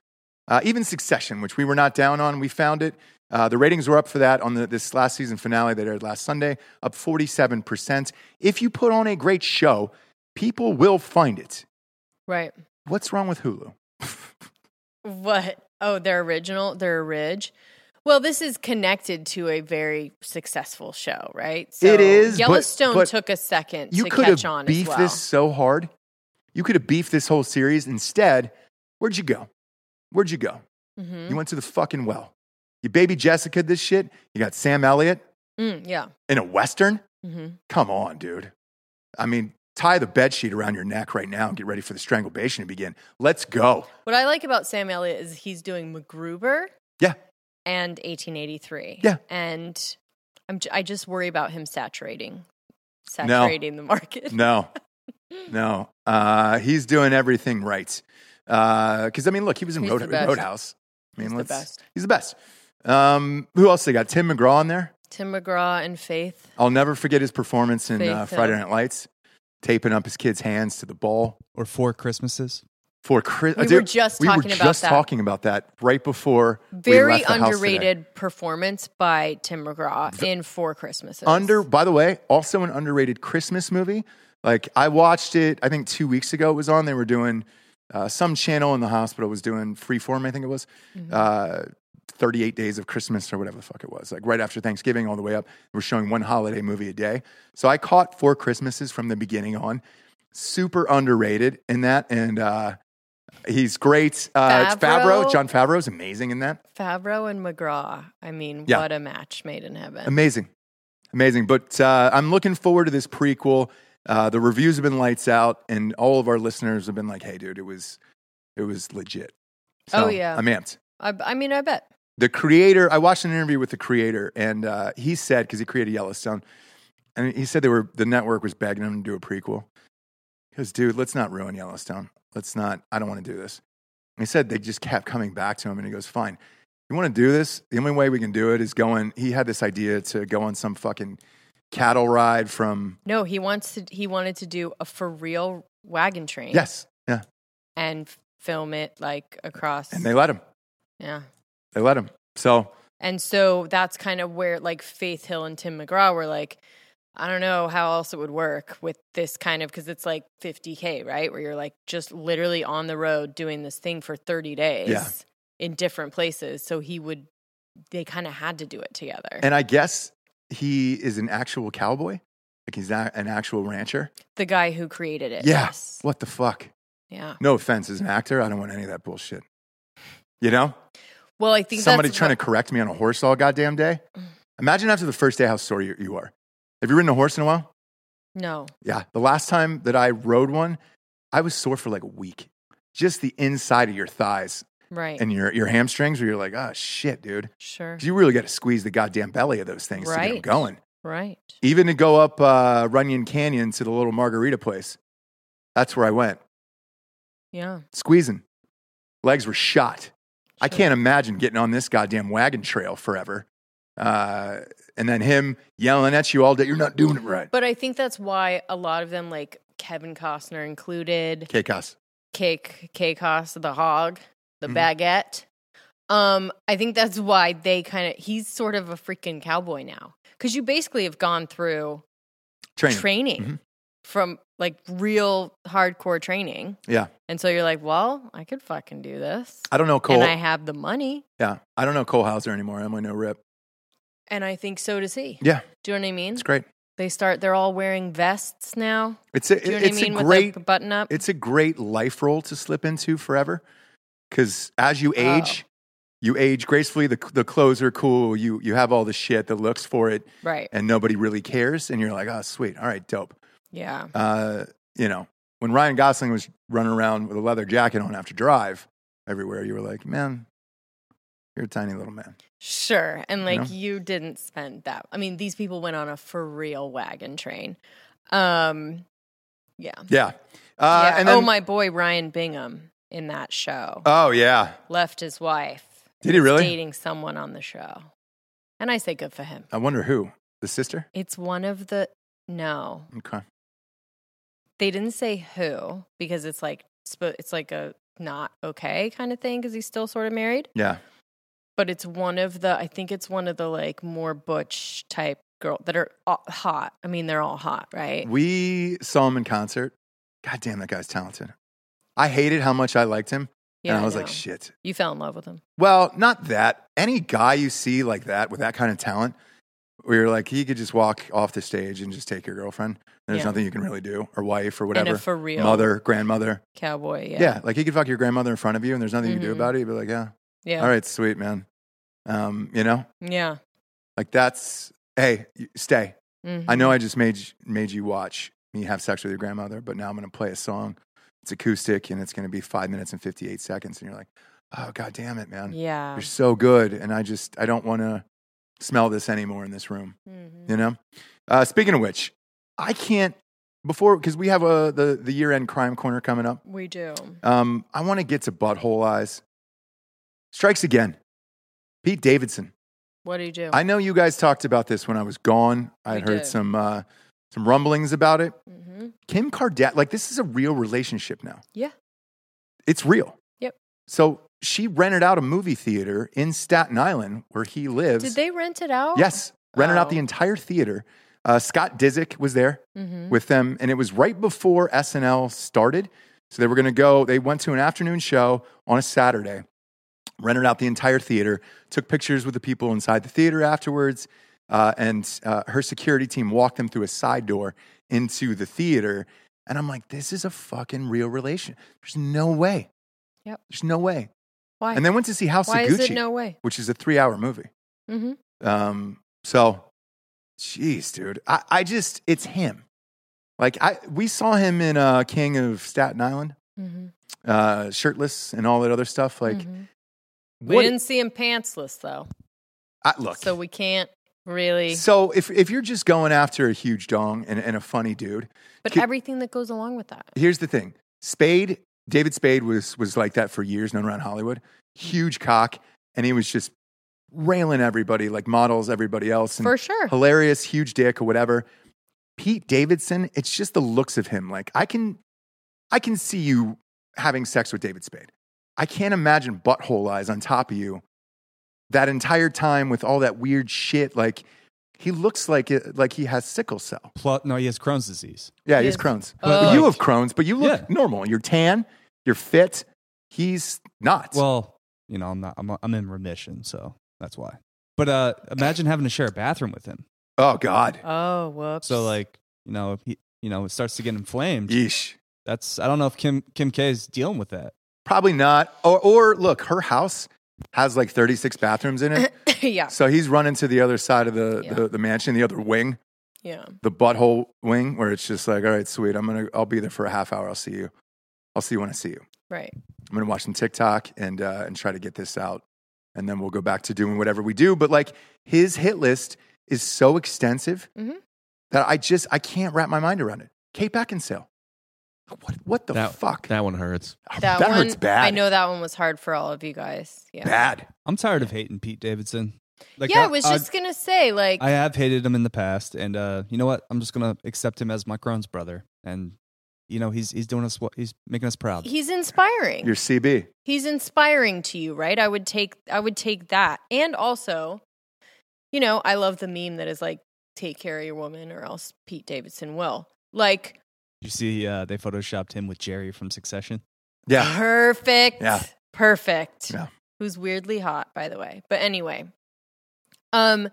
Speaker 2: Uh, even Succession, which we were not down on, we found it. Uh, the ratings were up for that on the, this last season finale that aired last Sunday, up 47%. If you put on a great show, people will find it.
Speaker 3: right.
Speaker 2: What's wrong with Hulu?
Speaker 3: What? Oh, they're original. They're ridge. Well, this is connected to a very successful show, right?
Speaker 2: It is, but-
Speaker 3: Yellowstone
Speaker 2: but
Speaker 3: took a second
Speaker 2: you
Speaker 3: to
Speaker 2: could
Speaker 3: catch
Speaker 2: have
Speaker 3: on as
Speaker 2: beefed
Speaker 3: well.
Speaker 2: this so hard. You could have beefed this whole series. Instead, where'd you go? Where'd you go?
Speaker 3: Mhm.
Speaker 2: You went to the fucking well. You baby Jessica this shit. You got Sam Elliott
Speaker 3: Mm, yeah.
Speaker 2: in a western.
Speaker 3: hmm
Speaker 2: Come on, dude. I mean, tie the bed sheet around your neck right now and get ready for the strangulation to begin. Let's go.
Speaker 3: What I like about Sam Elliott is he's doing MacGruber.
Speaker 2: Yeah.
Speaker 3: And 1883.
Speaker 2: Yeah.
Speaker 3: And I'm, j- I just worry about him saturating, saturating the market.
Speaker 2: No, no. Uh, he's doing everything right. Because I mean, look, he was in
Speaker 3: He's
Speaker 2: Road-
Speaker 3: the best.
Speaker 2: Roadhouse. I mean,
Speaker 3: He's the
Speaker 2: let's-
Speaker 3: best.
Speaker 2: He's the best. Um, who else they got? Tim McGraw in there.
Speaker 3: Tim McGraw and Faith.
Speaker 2: I'll never forget his performance in uh,
Speaker 3: Faith Hill.
Speaker 2: Friday Night Lights, taping up his kids' hands to the ball
Speaker 5: Or four Christmases.
Speaker 2: for Chris. uh,
Speaker 3: We
Speaker 2: dude,
Speaker 3: were just
Speaker 2: we
Speaker 3: talking
Speaker 2: were
Speaker 3: about
Speaker 2: just
Speaker 3: that.
Speaker 2: talking about that right before. we
Speaker 3: Very
Speaker 2: left the house today.
Speaker 3: underrated performance by Tim McGraw in Four Christmases.
Speaker 2: Under, by the way, also an underrated Christmas movie. Like I watched it, I think two weeks ago. It was on. They were doing uh, some channel in the hospital was doing Freeform. I think it was. Uh, 38 days of Christmas or whatever the fuck it was, like right after Thanksgiving all the way up. We're showing one holiday movie a day. So I caught four Christmases from the beginning on. Super underrated in that. And uh, he's great. Uh, It's Favreau.
Speaker 3: Favreau.
Speaker 2: John Favreau is amazing in that.
Speaker 3: Favreau and McGraw. I mean,
Speaker 2: Yeah.
Speaker 3: what a match made in heaven.
Speaker 2: Amazing. Amazing. But uh, I'm looking forward to this prequel. Uh, the reviews have been lights out, and all of our listeners have been like, hey, dude, it was, it was legit.
Speaker 3: Oh, yeah.
Speaker 2: I'm amped.
Speaker 3: I, I mean, I bet.
Speaker 2: the creator, I watched an interview with the creator, and uh, he said, because he created Yellowstone, and he said they were the network was begging him to do a prequel. He goes, dude, let's not ruin Yellowstone. Let's not, I don't want to do this. And he said they just kept coming back to him, and he goes, fine. You want to do this? The only way we can do it is going. He had this idea to go on some fucking cattle ride from.
Speaker 3: No, he wants to. He wanted to do a for real wagon train.
Speaker 2: Yes. Yeah.
Speaker 3: and f- film it like across.
Speaker 2: And they let him.
Speaker 3: yeah,
Speaker 2: They let him. So
Speaker 3: and so that's kind of where like Faith Hill and Tim McGraw were like, I don't know how else it would work with this kind of because it's like 50k, right? Where you're like just literally on the road doing this thing for 30 days
Speaker 2: Yeah.
Speaker 3: in different places. So he would. They kind of had to do it together.
Speaker 2: And I guess he is an actual cowboy. Like he's not an actual rancher.
Speaker 3: the guy who created it.
Speaker 2: Yeah.
Speaker 3: Yes.
Speaker 2: What the fuck?
Speaker 3: Yeah.
Speaker 2: No offense, as an actor, I don't want any of that bullshit. You know?
Speaker 3: Well, I think
Speaker 2: Somebody
Speaker 3: that's Mm.
Speaker 2: trying to correct me on a horse all goddamn day. Imagine after the first day how sore you, you are. Have you ridden a horse in a while?
Speaker 3: to no.
Speaker 2: Yeah. The last time that I rode one, I was sore for like a week. Just the inside of your thighs
Speaker 3: Right.
Speaker 2: and your, your hamstrings, where you're like, oh shit, dude.
Speaker 3: sure.
Speaker 2: 'Cause You really got to squeeze the goddamn belly of those things to get 'em
Speaker 3: Right.
Speaker 2: going.
Speaker 3: right.
Speaker 2: even to go up uh, Runyon Canyon to the little margarita place. That's where I went,
Speaker 3: Yeah.
Speaker 2: squeezing. Legs were shot. I
Speaker 3: Sure.
Speaker 2: can't imagine getting on this goddamn wagon trail forever. Uh, and then him yelling at you all day, you're not doing it right.
Speaker 3: But I think that's why a lot of them, like Kevin Costner included,
Speaker 2: Chaos.
Speaker 3: Cake K Cost the Hog, the
Speaker 2: Mm-hmm.
Speaker 3: Baguette. Um, I think that's why they kind of he's sort of a freaking cowboy now because you basically have gone through
Speaker 2: Training.
Speaker 3: training
Speaker 2: Mhm.
Speaker 3: from like real hardcore training,
Speaker 2: yeah.
Speaker 3: and so you're like, well, I could fucking do this,
Speaker 2: I don't know Cole.
Speaker 3: and I have the money,
Speaker 2: yeah. I don't know Cole Hauser anymore. I'm like, no rip.
Speaker 3: and I think so does he.
Speaker 2: Yeah.
Speaker 3: Do you know what I mean?
Speaker 2: It's great.
Speaker 3: They start. They're all wearing vests now.
Speaker 2: It's a,
Speaker 3: Do you know
Speaker 2: it's
Speaker 3: what I mean?
Speaker 2: a great,
Speaker 3: With the button up.
Speaker 2: it's a great life role to slip into forever because as you
Speaker 3: Oh.
Speaker 2: age you age gracefully the, the clothes are cool you, you have all the shit that looks for it
Speaker 3: right.
Speaker 2: and nobody really cares and you're like oh sweet all right dope
Speaker 3: Yeah.
Speaker 2: uh, you know when ryan gosling was running around with a leather jacket on after drive everywhere you were like man you're a tiny little man
Speaker 3: Sure. And
Speaker 2: You
Speaker 3: like
Speaker 2: know?
Speaker 3: you didn't spend that. I mean, these people went on a for real wagon train. Um yeah.
Speaker 2: yeah, uh,
Speaker 3: Yeah.
Speaker 2: and then
Speaker 3: oh my boy Ryan Bingham in that show
Speaker 2: oh yeah
Speaker 3: left his wife.
Speaker 2: Did he
Speaker 3: He's
Speaker 2: really?
Speaker 3: Dating someone on the show. And I say good for him.
Speaker 2: i wonder who the sister
Speaker 3: It's one of the no.
Speaker 2: okay
Speaker 3: They didn't say who because it's like spo- it's like a not okay kind of thing cuz he's still sort of married.
Speaker 2: yeah
Speaker 3: but it's one of the I think it's one of the like more butch type girl that are all hot. I mean, they're all hot, right?
Speaker 2: we saw him in concert god damn that guy's talented i hated how much i liked him and I was
Speaker 3: know.
Speaker 2: like, shit.
Speaker 3: you fell in love with him.
Speaker 2: Well, not that. Any guy you see like that with that kind of talent, where you're like, he could just walk off the stage and just take your girlfriend. There's
Speaker 3: Yeah.
Speaker 2: nothing you can really do, or wife, or
Speaker 3: And
Speaker 2: whatever.
Speaker 3: a for real
Speaker 2: Mother, grandmother.
Speaker 3: cowboy, yeah,
Speaker 2: Yeah. like he could fuck your grandmother in front of you, and there's nothing you can do
Speaker 3: Mhm.
Speaker 2: about it. You'd be like, yeah,
Speaker 3: yeah,
Speaker 2: all right, sweet, man. Um, you know,
Speaker 3: yeah.
Speaker 2: like that's, hey, you- stay.
Speaker 3: Mhm.
Speaker 2: I know I just made, you- made you watch me have sex with your grandmother, but now I'm going to play a song. It's acoustic and it's going to be five minutes and 58 seconds. And you're like, oh, God damn it, man.
Speaker 3: yeah.
Speaker 2: You're so good. And I just, I don't want to smell this anymore in this room,
Speaker 3: Mhm.
Speaker 2: you know? Uh, speaking of which, I can't, before, because we have a, the, the year end crime corner coming up,
Speaker 3: We do.
Speaker 2: um, I want to get to Butthole Eyes. Strikes again. Pete Davidson.
Speaker 3: What do you do?
Speaker 2: I know you guys talked about this when I was gone. I
Speaker 3: We
Speaker 2: had heard
Speaker 3: did.
Speaker 2: some, uh, some rumblings about it.
Speaker 3: hmm
Speaker 2: Kim Kardashian, like, this is a real relationship now.
Speaker 3: Yeah.
Speaker 2: It's real.
Speaker 3: Yep.
Speaker 2: So she rented out a movie theater in Staten Island where he lives.
Speaker 3: Did they rent it out?
Speaker 2: Yes, rented out
Speaker 3: Oh.
Speaker 2: the entire theater. Uh, Scott Disick was there
Speaker 3: hmm
Speaker 2: with them, and it was right before SNL started. So they were going to go. They went to an afternoon show on a Saturday, rented out the entire theater, took pictures with the people inside the theater afterwards, uh, and uh, her security team walked them through a side door into the theater. And I'm like, this is a fucking real relation. There's no way.
Speaker 3: Yep.
Speaker 2: There's no way.
Speaker 3: Why?
Speaker 2: And then went to see House
Speaker 3: Why
Speaker 2: of
Speaker 3: is
Speaker 2: Gucci,
Speaker 3: it no way?
Speaker 2: which is a three hour movie.
Speaker 3: hmm
Speaker 2: Um, so, jeez, dude, I, I just it's him. Like I, we saw him in uh, King of Staten Island,
Speaker 3: hmm Mm-hmm.
Speaker 2: uh, shirtless and all that other stuff. Like
Speaker 3: We
Speaker 2: What-
Speaker 3: didn't see him pantsless though,
Speaker 2: I, look.
Speaker 3: so we can't really.
Speaker 2: So if if you're just going after a huge dong and, and a funny dude,
Speaker 3: but
Speaker 2: ki-
Speaker 3: everything that goes along with that.
Speaker 2: here's the thing: Spade, David Spade was was like that for years, known around Hollywood. Huge cock, and he was just railing everybody, like models, everybody else, and
Speaker 3: For sure.
Speaker 2: hilarious, huge dick or whatever. Pete Davidson, it's just the looks of him. Like I can, I can see you having sex with David Spade. I can't imagine butthole eyes on top of you that entire time with all that weird shit. Like he looks like it, like he has sickle cell.
Speaker 5: Plus, no, he has Crohn's disease.
Speaker 2: Yeah, he has
Speaker 3: Yes.
Speaker 2: Crohn's.
Speaker 3: But,
Speaker 2: Well, you
Speaker 5: Oh, like-
Speaker 2: have Crohn's, but you look
Speaker 5: Yeah.
Speaker 2: normal. You're tan. You're fit. He's not.
Speaker 5: Well, you know, I'm not. I'm, I'm in remission, so that's why. But uh, imagine having to share a bathroom with him.
Speaker 2: oh God.
Speaker 3: Oh, whoops.
Speaker 5: So like, you know, if he, you know, it starts to get inflamed.
Speaker 2: Yeesh.
Speaker 5: That's I don't know if Kim Kim K is dealing with that.
Speaker 2: Probably not. Or, or look, her house has like 36 bathrooms in it.
Speaker 3: yeah,
Speaker 2: so he's running to the other side of the,
Speaker 3: Yeah.
Speaker 2: the, the mansion, the other wing,
Speaker 3: yeah.
Speaker 2: the butthole wing, where it's just like, all right, sweet. I'm going to, I'll be there for a half hour. I'll see you. I'll see you when I see you.
Speaker 3: Right.
Speaker 2: I'm going to watch some TikTok and uh, and try to get this out, and then we'll go back to doing whatever we do. But like his hit list is so extensive
Speaker 3: Mhm.
Speaker 2: that I just I can't wrap my mind around it. Kate Beckinsale, what what the
Speaker 7: That-
Speaker 2: fuck?
Speaker 7: That one hurts.
Speaker 3: That, one.
Speaker 2: hurts bad.
Speaker 3: I know that one was hard for all of you guys. Yeah.
Speaker 2: Bad.
Speaker 5: I'm tired of hating Pete Davidson. Like,
Speaker 3: yeah, I was
Speaker 5: I-
Speaker 3: just gonna say like
Speaker 5: I uh, have hated him in the past, and uh, you know what? I'm just gonna accept him as my Crohn's brother, and you know he's he's doing us what he's making us proud.
Speaker 3: he's inspiring.
Speaker 2: Your CB.
Speaker 3: he's inspiring to you right i would take i would take that and also you know i love the meme that is like take care of your woman or else pete davidson will like
Speaker 5: you see, uh, they photoshopped him with Jerry from Succession.
Speaker 2: Yeah.
Speaker 3: perfect
Speaker 2: Yeah.
Speaker 3: perfect
Speaker 2: Yeah.
Speaker 3: who's weirdly hot by the way but anyway um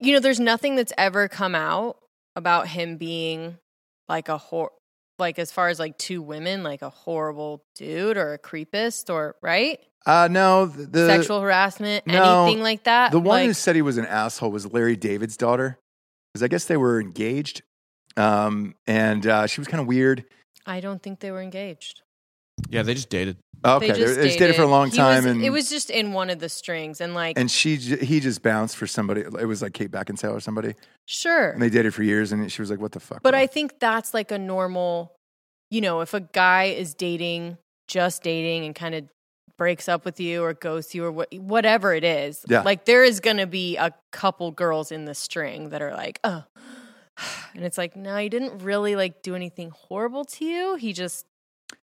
Speaker 3: you know there's nothing that's ever come out about him being like a whore like as far as like two women like a horrible dude or a creepist or right
Speaker 2: Uh, no. The, the
Speaker 3: sexual harassment,
Speaker 2: no,
Speaker 3: anything like that.
Speaker 2: The one
Speaker 3: Uh, like,
Speaker 2: who said he was an asshole was Larry David's daughter, because I guess they were engaged, um, and uh, she was kind of weird.
Speaker 3: I don't think they were engaged.
Speaker 7: Yeah, they just dated.
Speaker 2: Okay,
Speaker 3: they just dated.
Speaker 2: for a long
Speaker 3: He
Speaker 2: time,
Speaker 3: was-
Speaker 2: and
Speaker 3: it was just in one of the strings, and like,
Speaker 2: and she j- he just bounced for somebody. It was like Kate Beckinsale or somebody,
Speaker 3: sure.
Speaker 2: and they dated for years. And she was like, "What the fuck?"
Speaker 3: but
Speaker 2: bro?"
Speaker 3: I think that's like a normal, you know, if a guy is dating, just dating, and kind of breaks up with you or ghosts you or what, whatever it is,
Speaker 2: Yeah.
Speaker 3: like there is going to be a couple girls in the string that are like, oh. And it's like, no, he didn't really like do anything horrible to you. He just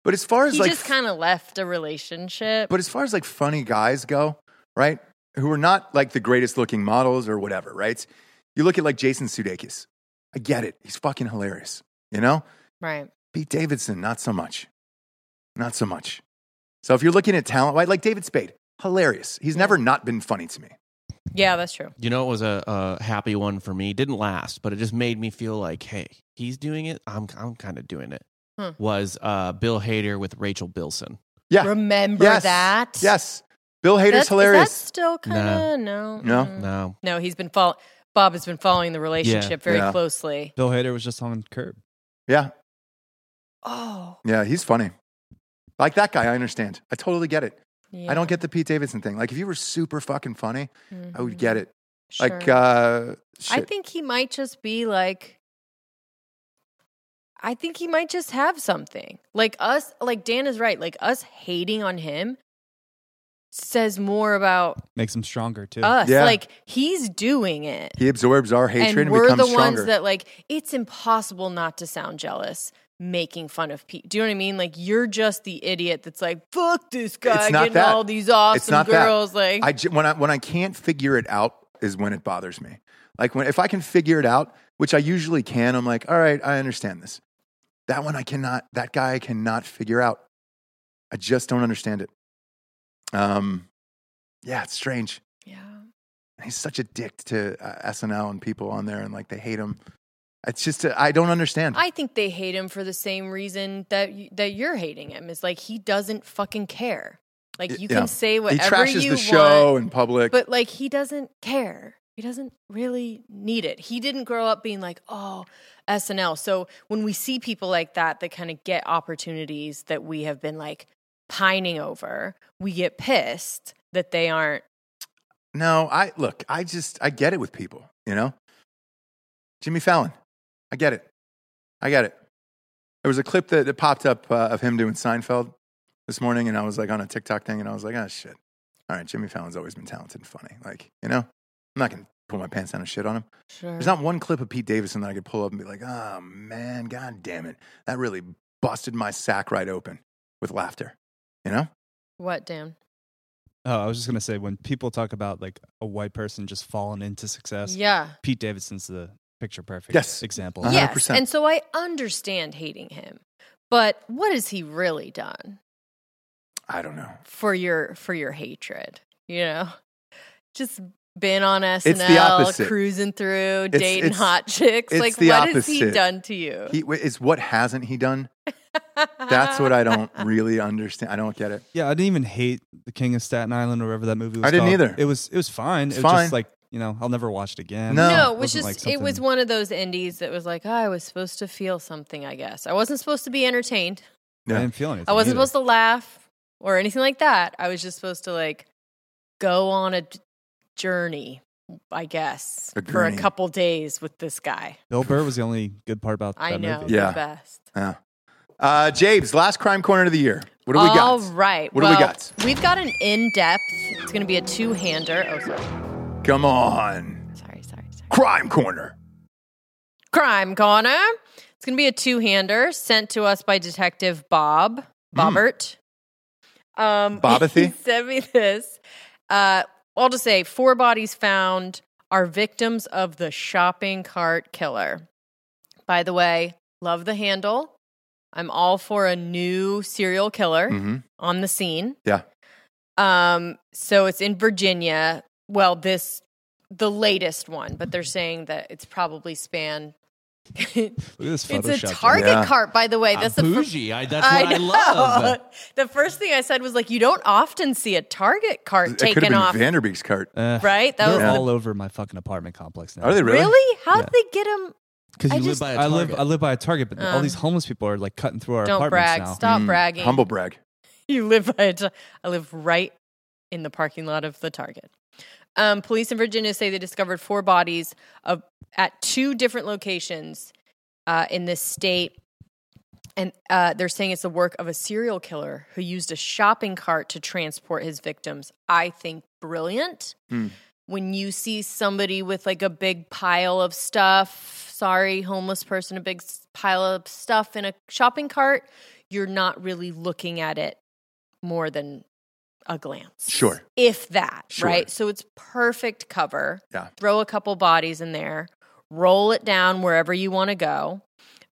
Speaker 2: But as far as
Speaker 3: he
Speaker 2: like,
Speaker 3: just kind of left a relationship.
Speaker 2: but as far as like funny guys go, right? Who are not like the greatest looking models or whatever, right? You look at like Jason Sudeikis. I get it. He's fucking hilarious. You know,
Speaker 3: right.
Speaker 2: Pete Davidson, not so much. Not so much. So if you're looking at talent, right? Like David Spade, hilarious. He's never not been funny to me.
Speaker 3: Yeah, that's true.
Speaker 7: You know, it was a, a happy one for me. Didn't last, but it just made me feel like, hey, he's doing it. I'm I'm kind of doing it.
Speaker 3: Hmm.
Speaker 7: Was uh, Bill Hader with Rachel Bilson?
Speaker 2: Yeah.
Speaker 3: Remember
Speaker 2: yes.
Speaker 3: that?
Speaker 2: Yes. Bill Hader's
Speaker 3: That's, is
Speaker 2: hilarious.
Speaker 3: that still kind of no.
Speaker 2: No.
Speaker 3: mm.
Speaker 7: No,
Speaker 3: No, he's been follow- Bob has been following the relationship very
Speaker 2: Yeah.
Speaker 3: closely.
Speaker 5: Bill Hader was just on Curb.
Speaker 2: yeah.
Speaker 3: Oh,
Speaker 2: Yeah, he's funny. Like that guy, I understand. I totally get it.
Speaker 3: yeah.
Speaker 2: I don't get the Pete Davidson thing. Like if you were super fucking funny, I would
Speaker 3: Mhm.
Speaker 2: get it. Like
Speaker 3: Sure.
Speaker 2: uh shit.
Speaker 3: I think he might just be like I think he might just have something. Like us like Dan is right. Like us hating on him says more about
Speaker 5: Makes him stronger too.
Speaker 3: us.
Speaker 2: Yeah.
Speaker 3: Like he's doing it.
Speaker 2: he absorbs our hatred and,
Speaker 3: and we're
Speaker 2: becomes
Speaker 3: the
Speaker 2: stronger.
Speaker 3: ones that like it's impossible not to sound jealous making fun of Pete. Do you know what I mean? Like you're just the idiot that's like, fuck this guy
Speaker 2: not
Speaker 3: getting
Speaker 2: that.
Speaker 3: all these awesome
Speaker 2: it's not
Speaker 3: girls.
Speaker 2: that.
Speaker 3: Like
Speaker 2: I j- when I when I can't figure it out is when it bothers me. Like when if I can figure it out, which I usually can, I'm like, all right, I understand this. That one I cannot. That guy I cannot figure out. I just don't understand it. Um, yeah, it's strange.
Speaker 3: Yeah.
Speaker 2: And he's such a dick to uh, SNL and people on there, and like they hate him. It's just uh, I don't understand.
Speaker 3: I think they hate him for the same reason that y- that you're hating him. Is like he doesn't fucking care. Like
Speaker 2: Y-
Speaker 3: you
Speaker 2: yeah.
Speaker 3: can say
Speaker 2: he
Speaker 3: whatever
Speaker 2: trashes
Speaker 3: you
Speaker 2: the show
Speaker 3: want,
Speaker 2: in public.
Speaker 3: but like he doesn't care. He doesn't really need it. He didn't grow up being like, oh, SNL. So when we see people like that that kind of get opportunities that we have been like pining over, we get pissed that they aren't.
Speaker 2: No, I look, I just I get it with people, you know? Jimmy Fallon. I get it. I get it. There was a clip that, that popped up uh, of him doing Seinfeld this morning, and I was like on a TikTok thing, and I was like, oh shit. All right, Jimmy Fallon's always been talented and funny. Like, you know, I'm not gonna pull my pants down and shit on him.
Speaker 3: Sure.
Speaker 2: There's not one clip of Pete Davidson that I could pull up and be like, oh man, god damn it. That really busted my sack right open with laughter. You know?
Speaker 3: what, Dan?
Speaker 5: Oh, I was just gonna say when people talk about like a white person just falling into success,
Speaker 3: Yeah.
Speaker 5: Pete Davidson's the picture perfect
Speaker 2: Yes.
Speaker 5: example.
Speaker 2: Uh-huh.
Speaker 3: Yes.
Speaker 2: 100%.
Speaker 3: And so I understand hating him. But what has he really done
Speaker 2: I don't know.
Speaker 3: for your for your hatred? You know? Just been on
Speaker 2: the
Speaker 3: SNL,
Speaker 2: opposite.
Speaker 3: cruising through,
Speaker 2: It's-
Speaker 3: dating
Speaker 2: it's-
Speaker 3: hot chicks.
Speaker 2: it's
Speaker 3: Like
Speaker 2: the
Speaker 3: what has he
Speaker 2: opposite.
Speaker 3: done to you?
Speaker 2: He, it's what hasn't he done? That's
Speaker 3: Uh.
Speaker 2: what I don't really understand. I don't get it.
Speaker 5: Yeah, I didn't even hate The King of Staten Island or whatever that movie was.
Speaker 2: I didn't
Speaker 5: called.
Speaker 2: either.
Speaker 5: It was it was fine.
Speaker 2: It's
Speaker 5: it was
Speaker 2: fine.
Speaker 5: just like, you know, I'll never watch it again.
Speaker 2: No.
Speaker 3: No, it was just
Speaker 5: wasn't like
Speaker 3: it was
Speaker 5: something-
Speaker 3: one of those indies that was like, oh, I was supposed to feel something, I guess. I wasn't supposed to be entertained.
Speaker 5: I
Speaker 2: Yeah.
Speaker 5: didn't feel anything.
Speaker 3: I wasn't
Speaker 5: either.
Speaker 3: supposed to laugh or anything like that. I was just supposed to like go on a d- journey, I guess,
Speaker 2: A
Speaker 3: for a
Speaker 2: journey.
Speaker 3: couple days with this guy.
Speaker 5: Bill Burr was the only good part about
Speaker 3: I
Speaker 5: that
Speaker 3: know
Speaker 5: movie.
Speaker 2: Yeah.
Speaker 3: the best.
Speaker 2: Uh, Jabe's last crime corner of the year. What do we got?
Speaker 3: All right.
Speaker 2: What do
Speaker 3: well,
Speaker 2: we got?
Speaker 3: We've got an in-depth. It's going to be a two-hander. Oh, sorry,
Speaker 2: Come on,
Speaker 3: sorry, sorry. sorry.
Speaker 2: crime corner.
Speaker 3: Crime corner. It's going to be a two-hander sent to us by Detective Bob
Speaker 2: Hmm.
Speaker 3: Bobbert. Um,
Speaker 2: Bobbathy?
Speaker 3: he sent me this. Uh, I'll just say four bodies found are victims of the shopping cart killer. By the way, love the handle. I'm all for a new serial killer
Speaker 2: hmm
Speaker 3: on the scene.
Speaker 2: Yeah.
Speaker 3: Um, so it's in Virginia. Well, this the latest one, but they're saying that it's probably span. it's
Speaker 5: Look at this
Speaker 3: a
Speaker 5: Photoshop job.
Speaker 3: Target
Speaker 2: Yeah.
Speaker 3: cart, by the way.
Speaker 7: I'm
Speaker 3: That's the fir-
Speaker 7: bougie. I, that's what I, love.
Speaker 3: know. The first thing I said was like, you don't often see a Target cart
Speaker 2: It could have
Speaker 3: taken
Speaker 2: been
Speaker 3: off,
Speaker 2: Vanderbeek's cart.
Speaker 5: Uh,
Speaker 3: right? That
Speaker 5: They're
Speaker 3: was
Speaker 5: all over my fucking apartment complex now.
Speaker 2: Are they
Speaker 3: the,
Speaker 2: really?
Speaker 3: really? How did they get them?
Speaker 7: Because
Speaker 3: I
Speaker 7: you
Speaker 3: just-
Speaker 7: live by a
Speaker 5: I live
Speaker 7: Target.
Speaker 5: I live by a Target, but all
Speaker 3: Um,
Speaker 5: these homeless people are like cutting through our
Speaker 3: Don't
Speaker 5: apartments
Speaker 3: brag.
Speaker 5: now.
Speaker 3: Stop
Speaker 2: Mm,
Speaker 3: bragging.
Speaker 2: Humble brag.
Speaker 3: You live by a t- I live right in the parking lot of the Target. Um, police in Virginia say they discovered four bodies of, at two different locations uh, in this state. And uh, they're saying it's the work of a serial killer who used a shopping cart to transport his victims. I think brilliant.
Speaker 2: Hmm.
Speaker 3: When you see somebody with like a big pile of stuff, sorry, homeless person, a big s- pile of stuff in a shopping cart, you're not really looking at it more than a glance.
Speaker 2: Sure.
Speaker 3: If that,
Speaker 2: Sure.
Speaker 3: right? So it's perfect cover.
Speaker 2: Yeah.
Speaker 3: Throw a couple bodies in there, roll it down wherever you want to go.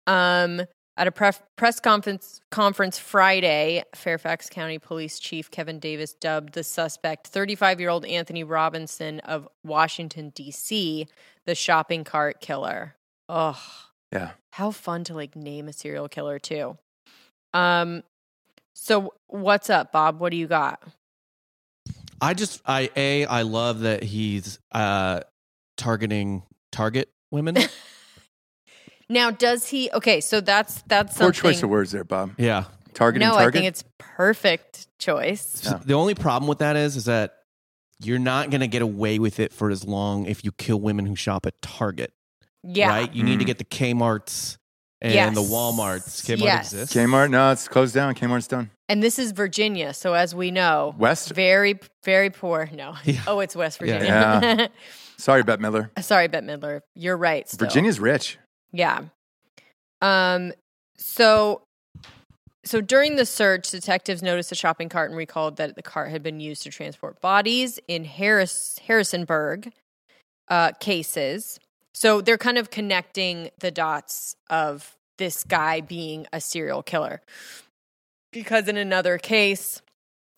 Speaker 3: Um, at a pref- press conference, conference Friday, Fairfax County Police Chief Kevin Davis dubbed the suspect 35 year old Anthony Robinson of Washington, D.C., the shopping cart killer. Ugh
Speaker 2: Yeah.
Speaker 3: how fun to like name a serial killer too. Um so what's up, Bob? What do you got?
Speaker 7: I just I a I love that he's uh targeting Target women.
Speaker 3: Now does he Okay, so that's that's
Speaker 2: Poor
Speaker 3: something
Speaker 2: choice of words there, Bob.
Speaker 7: yeah.
Speaker 2: Target
Speaker 3: No,
Speaker 2: and
Speaker 3: I
Speaker 2: target.
Speaker 3: think it's perfect choice.
Speaker 7: So The only problem with that is is that you're not going to get away with it for as long if you kill women who shop at Target,
Speaker 3: Yeah.
Speaker 7: right? You need to get the Kmart's and
Speaker 3: Yes.
Speaker 7: the Walmart's.
Speaker 5: Mm-hmm. Kmart
Speaker 3: yes.
Speaker 5: exists?
Speaker 2: Kmart. No, it's closed down. Kmart's done.
Speaker 3: And this is Virginia, so as we know,
Speaker 2: West.
Speaker 3: very very poor. No.
Speaker 7: Yeah.
Speaker 3: Oh, it's West
Speaker 7: Yeah.
Speaker 3: Virginia.
Speaker 2: Sorry, Bette Miller.
Speaker 3: Sorry, Bette Midler. You're right. still.
Speaker 2: Virginia's rich.
Speaker 3: Yeah. Um so so during the search, detectives noticed a shopping cart and recalled that the cart had been used to transport bodies in Harris Harrisonburg uh cases. So they're kind of connecting the dots of this guy being a serial killer. Because in another case,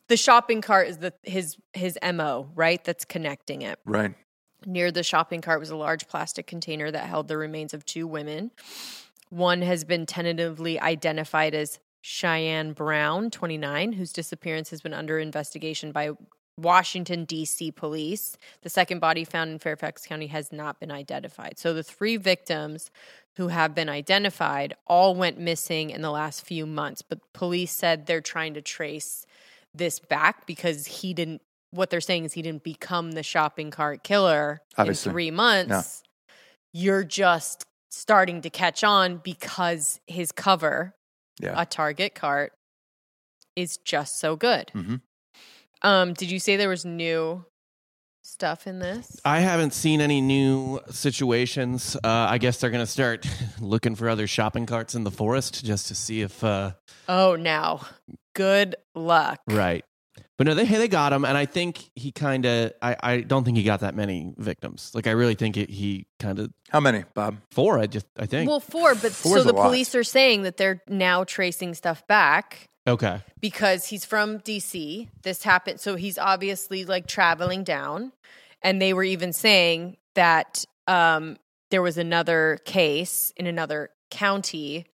Speaker 3: the shopping cart is the his his MO, right? That's connecting it.
Speaker 2: Right.
Speaker 3: Near the shopping cart was a large plastic container that held the remains of two women. One has been tentatively identified as Cheyenne Brown, 29, whose disappearance has been under investigation by Washington, D.C. police. The second body found in Fairfax County has not been identified. So the three victims who have been identified all went missing in the last few months, but police said they're trying to trace this back because he didn't what they're saying is he didn't become the shopping cart killer
Speaker 2: Obviously.
Speaker 3: in three months. You're just starting to catch on because his cover,
Speaker 2: Yeah.
Speaker 3: a Target cart, is just so good.
Speaker 2: Mhm.
Speaker 3: Um, did you say there was new stuff in this?
Speaker 7: I haven't seen any new situations. Uh, I guess they're going to start looking for other shopping carts in the forest just to see if. Uh,
Speaker 3: oh, now good luck.
Speaker 7: right. But no, they hey, they got him, and I think he kind of. I, I don't think he got that many victims. Like I really think it, he kind of
Speaker 2: How many, Bob?
Speaker 7: four. I just I think
Speaker 3: Well, four, but
Speaker 2: Four's
Speaker 3: so the
Speaker 2: a lot.
Speaker 3: police are saying that they're now tracing stuff back
Speaker 7: okay.
Speaker 3: because he's from DC. This happened, so he's obviously like traveling down, and they were even saying that um, there was another case in another county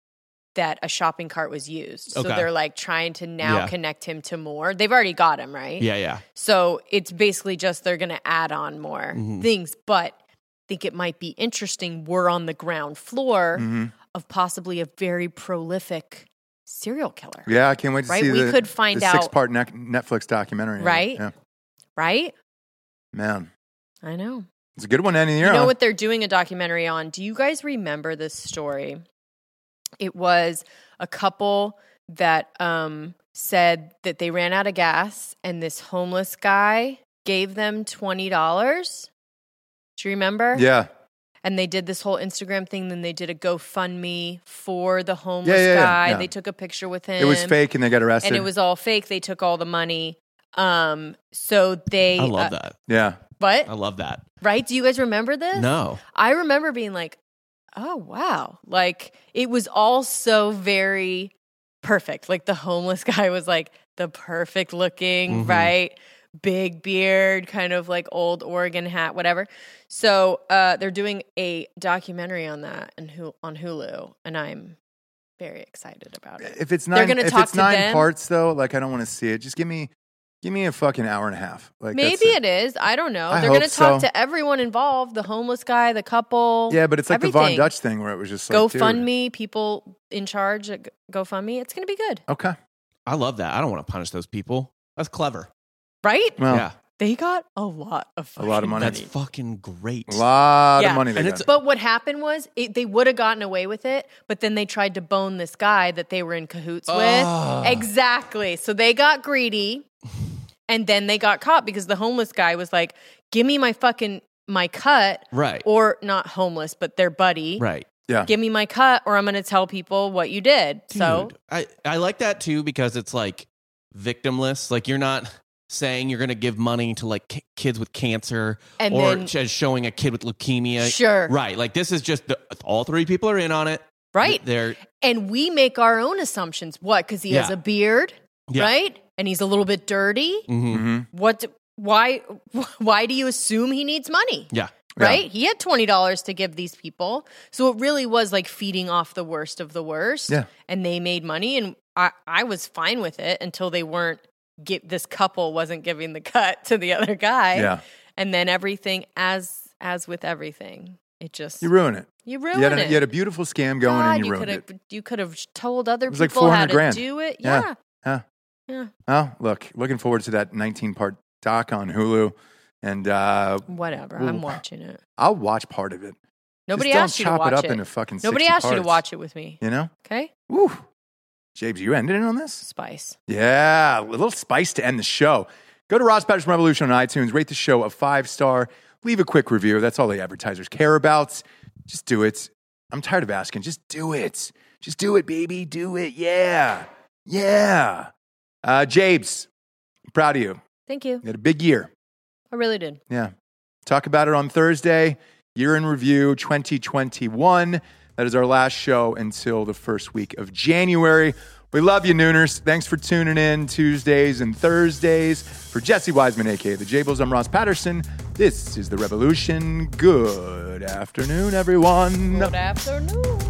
Speaker 3: that a shopping cart was used. So
Speaker 7: Okay.
Speaker 3: they're like trying to now
Speaker 7: Yeah.
Speaker 3: connect him to more. They've already got him right.
Speaker 7: Yeah, yeah.
Speaker 3: So it's basically just they're going to add on more
Speaker 7: Mhm.
Speaker 3: things, but I think it might be interesting. We're on the ground floor
Speaker 7: Mm.
Speaker 2: Mm-hmm.
Speaker 3: of possibly a very prolific serial killer,
Speaker 2: Yeah, I can't wait to
Speaker 3: Right,
Speaker 2: see
Speaker 3: we
Speaker 2: the,
Speaker 3: could find out-
Speaker 2: six part ne- Netflix documentary.
Speaker 3: Right?
Speaker 2: Yeah.
Speaker 3: right?
Speaker 2: Man,
Speaker 3: I know.
Speaker 2: it's a good one ending here.
Speaker 3: You know
Speaker 2: huh?
Speaker 3: what they're doing a documentary on? Do you guys remember this story? It was a couple that um, said that they ran out of gas, and this homeless guy gave them twenty dollars. Do you remember?
Speaker 2: yeah.
Speaker 3: and they did this whole Instagram thing. Then they did a GoFundMe for the homeless
Speaker 2: yeah, yeah,
Speaker 3: guy.
Speaker 2: yeah.
Speaker 3: They took a picture with him.
Speaker 2: It was fake and they got arrested.
Speaker 3: and it was all fake. They took all the money. Um, so they.
Speaker 7: I love
Speaker 3: uh,
Speaker 7: that.
Speaker 2: Yeah.
Speaker 7: I
Speaker 3: But
Speaker 7: love that.
Speaker 3: right? Do you guys remember this?
Speaker 7: No,
Speaker 3: I remember being like, "Oh wow!" Like it was all so very perfect. Like the homeless guy was like the perfect looking,
Speaker 2: Mm-hmm.
Speaker 7: Mhm.
Speaker 3: right? Big beard, kind of like old Oregon hat, whatever. So uh, they're doing a documentary on that and who on Hulu, and I'm very excited about it.
Speaker 2: If it's
Speaker 3: They're
Speaker 2: 9
Speaker 3: gonna
Speaker 2: if
Speaker 3: talk
Speaker 2: it's
Speaker 3: to
Speaker 2: nine
Speaker 3: them?
Speaker 2: parts though, like I don't want to see it. Just give me give me a fucking hour and a half. Like that's
Speaker 3: Maybe it is. I don't know.
Speaker 2: I
Speaker 3: they're going to
Speaker 2: hope
Speaker 3: talk
Speaker 2: so.
Speaker 3: to everyone involved: the homeless guy, the couple.
Speaker 2: Yeah, but it's like the Von
Speaker 3: everything.
Speaker 2: Dutch thing where it was just like dude.
Speaker 3: GoFundMe, people in charge at GoFundMe. It's going to be good,
Speaker 2: Okay.
Speaker 7: I love that. I don't want to punish those people. That's clever.
Speaker 3: right?
Speaker 2: Well,
Speaker 7: yeah,
Speaker 3: They got a lot of
Speaker 2: A lot of
Speaker 3: fucking
Speaker 2: money.
Speaker 7: that's fucking great.
Speaker 2: a lot
Speaker 3: Yeah.
Speaker 2: of money. They
Speaker 7: And
Speaker 2: got.
Speaker 7: it's-
Speaker 3: But what happened was it, they would have gotten away with it, but then they tried to bone this guy that they were in cahoots
Speaker 7: Ah.
Speaker 3: with. Exactly. So they got greedy and then they got caught because the homeless guy was like, "Give me my fucking my cut."
Speaker 7: Right.
Speaker 3: Or not homeless, but their buddy.
Speaker 7: Right.
Speaker 2: yeah.
Speaker 3: Give me my cut or I'm going to tell people what you did. So,
Speaker 7: Dude, I, I like that too because it's like victimless. Like you're not saying you're going to give money to like ki- kids with cancer
Speaker 3: And
Speaker 7: or
Speaker 3: then-
Speaker 7: just showing a kid with leukemia.
Speaker 3: sure.
Speaker 7: Right. Like this is just the, all three people are in on it.
Speaker 3: Right.
Speaker 7: They're
Speaker 3: And we make our own assumptions. What? Cuz he has
Speaker 7: Yeah.
Speaker 3: a beard,
Speaker 7: Yeah.
Speaker 3: right? And he's a little bit dirty.
Speaker 7: mhm.
Speaker 2: hmm
Speaker 3: what do- why why do you assume he needs money
Speaker 7: Yeah.
Speaker 3: right he had $20 to give these people so it really was like feeding off the worst of the worst
Speaker 2: Yeah.
Speaker 3: and they made money and i i was fine with it until they weren't get this couple wasn't giving the cut to the other guy
Speaker 2: Yeah.
Speaker 3: and then everything as as with everything it just
Speaker 2: You ruin it.
Speaker 3: you
Speaker 2: you, had
Speaker 3: ruined
Speaker 2: a,
Speaker 3: it
Speaker 2: you had a beautiful scam going
Speaker 3: God,
Speaker 2: and you, ruined
Speaker 3: could have
Speaker 2: it.
Speaker 3: you could have told other
Speaker 2: It was like
Speaker 3: people
Speaker 2: 400
Speaker 3: how to
Speaker 2: grand.
Speaker 3: do it
Speaker 2: Yeah.
Speaker 3: yeah.
Speaker 2: Oh, look, looking forward to that 19 part doc on Hulu, and uh,
Speaker 3: whatever
Speaker 2: Ooh.
Speaker 3: i'm watching it
Speaker 2: I'll watch part of it.
Speaker 3: nobody
Speaker 2: Just don't
Speaker 3: asked you to
Speaker 2: chop
Speaker 3: watch
Speaker 2: it up into fucking.
Speaker 3: Nobody
Speaker 2: 60
Speaker 3: asked you to
Speaker 2: parts,
Speaker 3: watch it with me.
Speaker 2: You know,
Speaker 3: Okay?
Speaker 2: woo. James, you ended it on this.
Speaker 3: Spice.
Speaker 2: Yeah, a little spice to end the show. Go to Ross Patterson Revolution on iTunes, rate the show a five star, leave a quick review. That's all the advertisers care about. Just do it. I'm tired of asking. Just do it. Just do it, baby. Do it. Yeah. Yeah. Uh, Jabes, I'm proud of you.
Speaker 3: Thank you.
Speaker 2: You had a big year.
Speaker 3: I really did.
Speaker 2: Yeah. Talk about it on Thursday, year in review 2021. That is our last show until the first week of January. We love you, Nooners. Thanks for tuning in Tuesdays and Thujays. For Jesse Wiseman, aka the Jables, I'm Ross Patterson. This is The Revolution. Good afternoon, everyone.
Speaker 3: Good afternoon.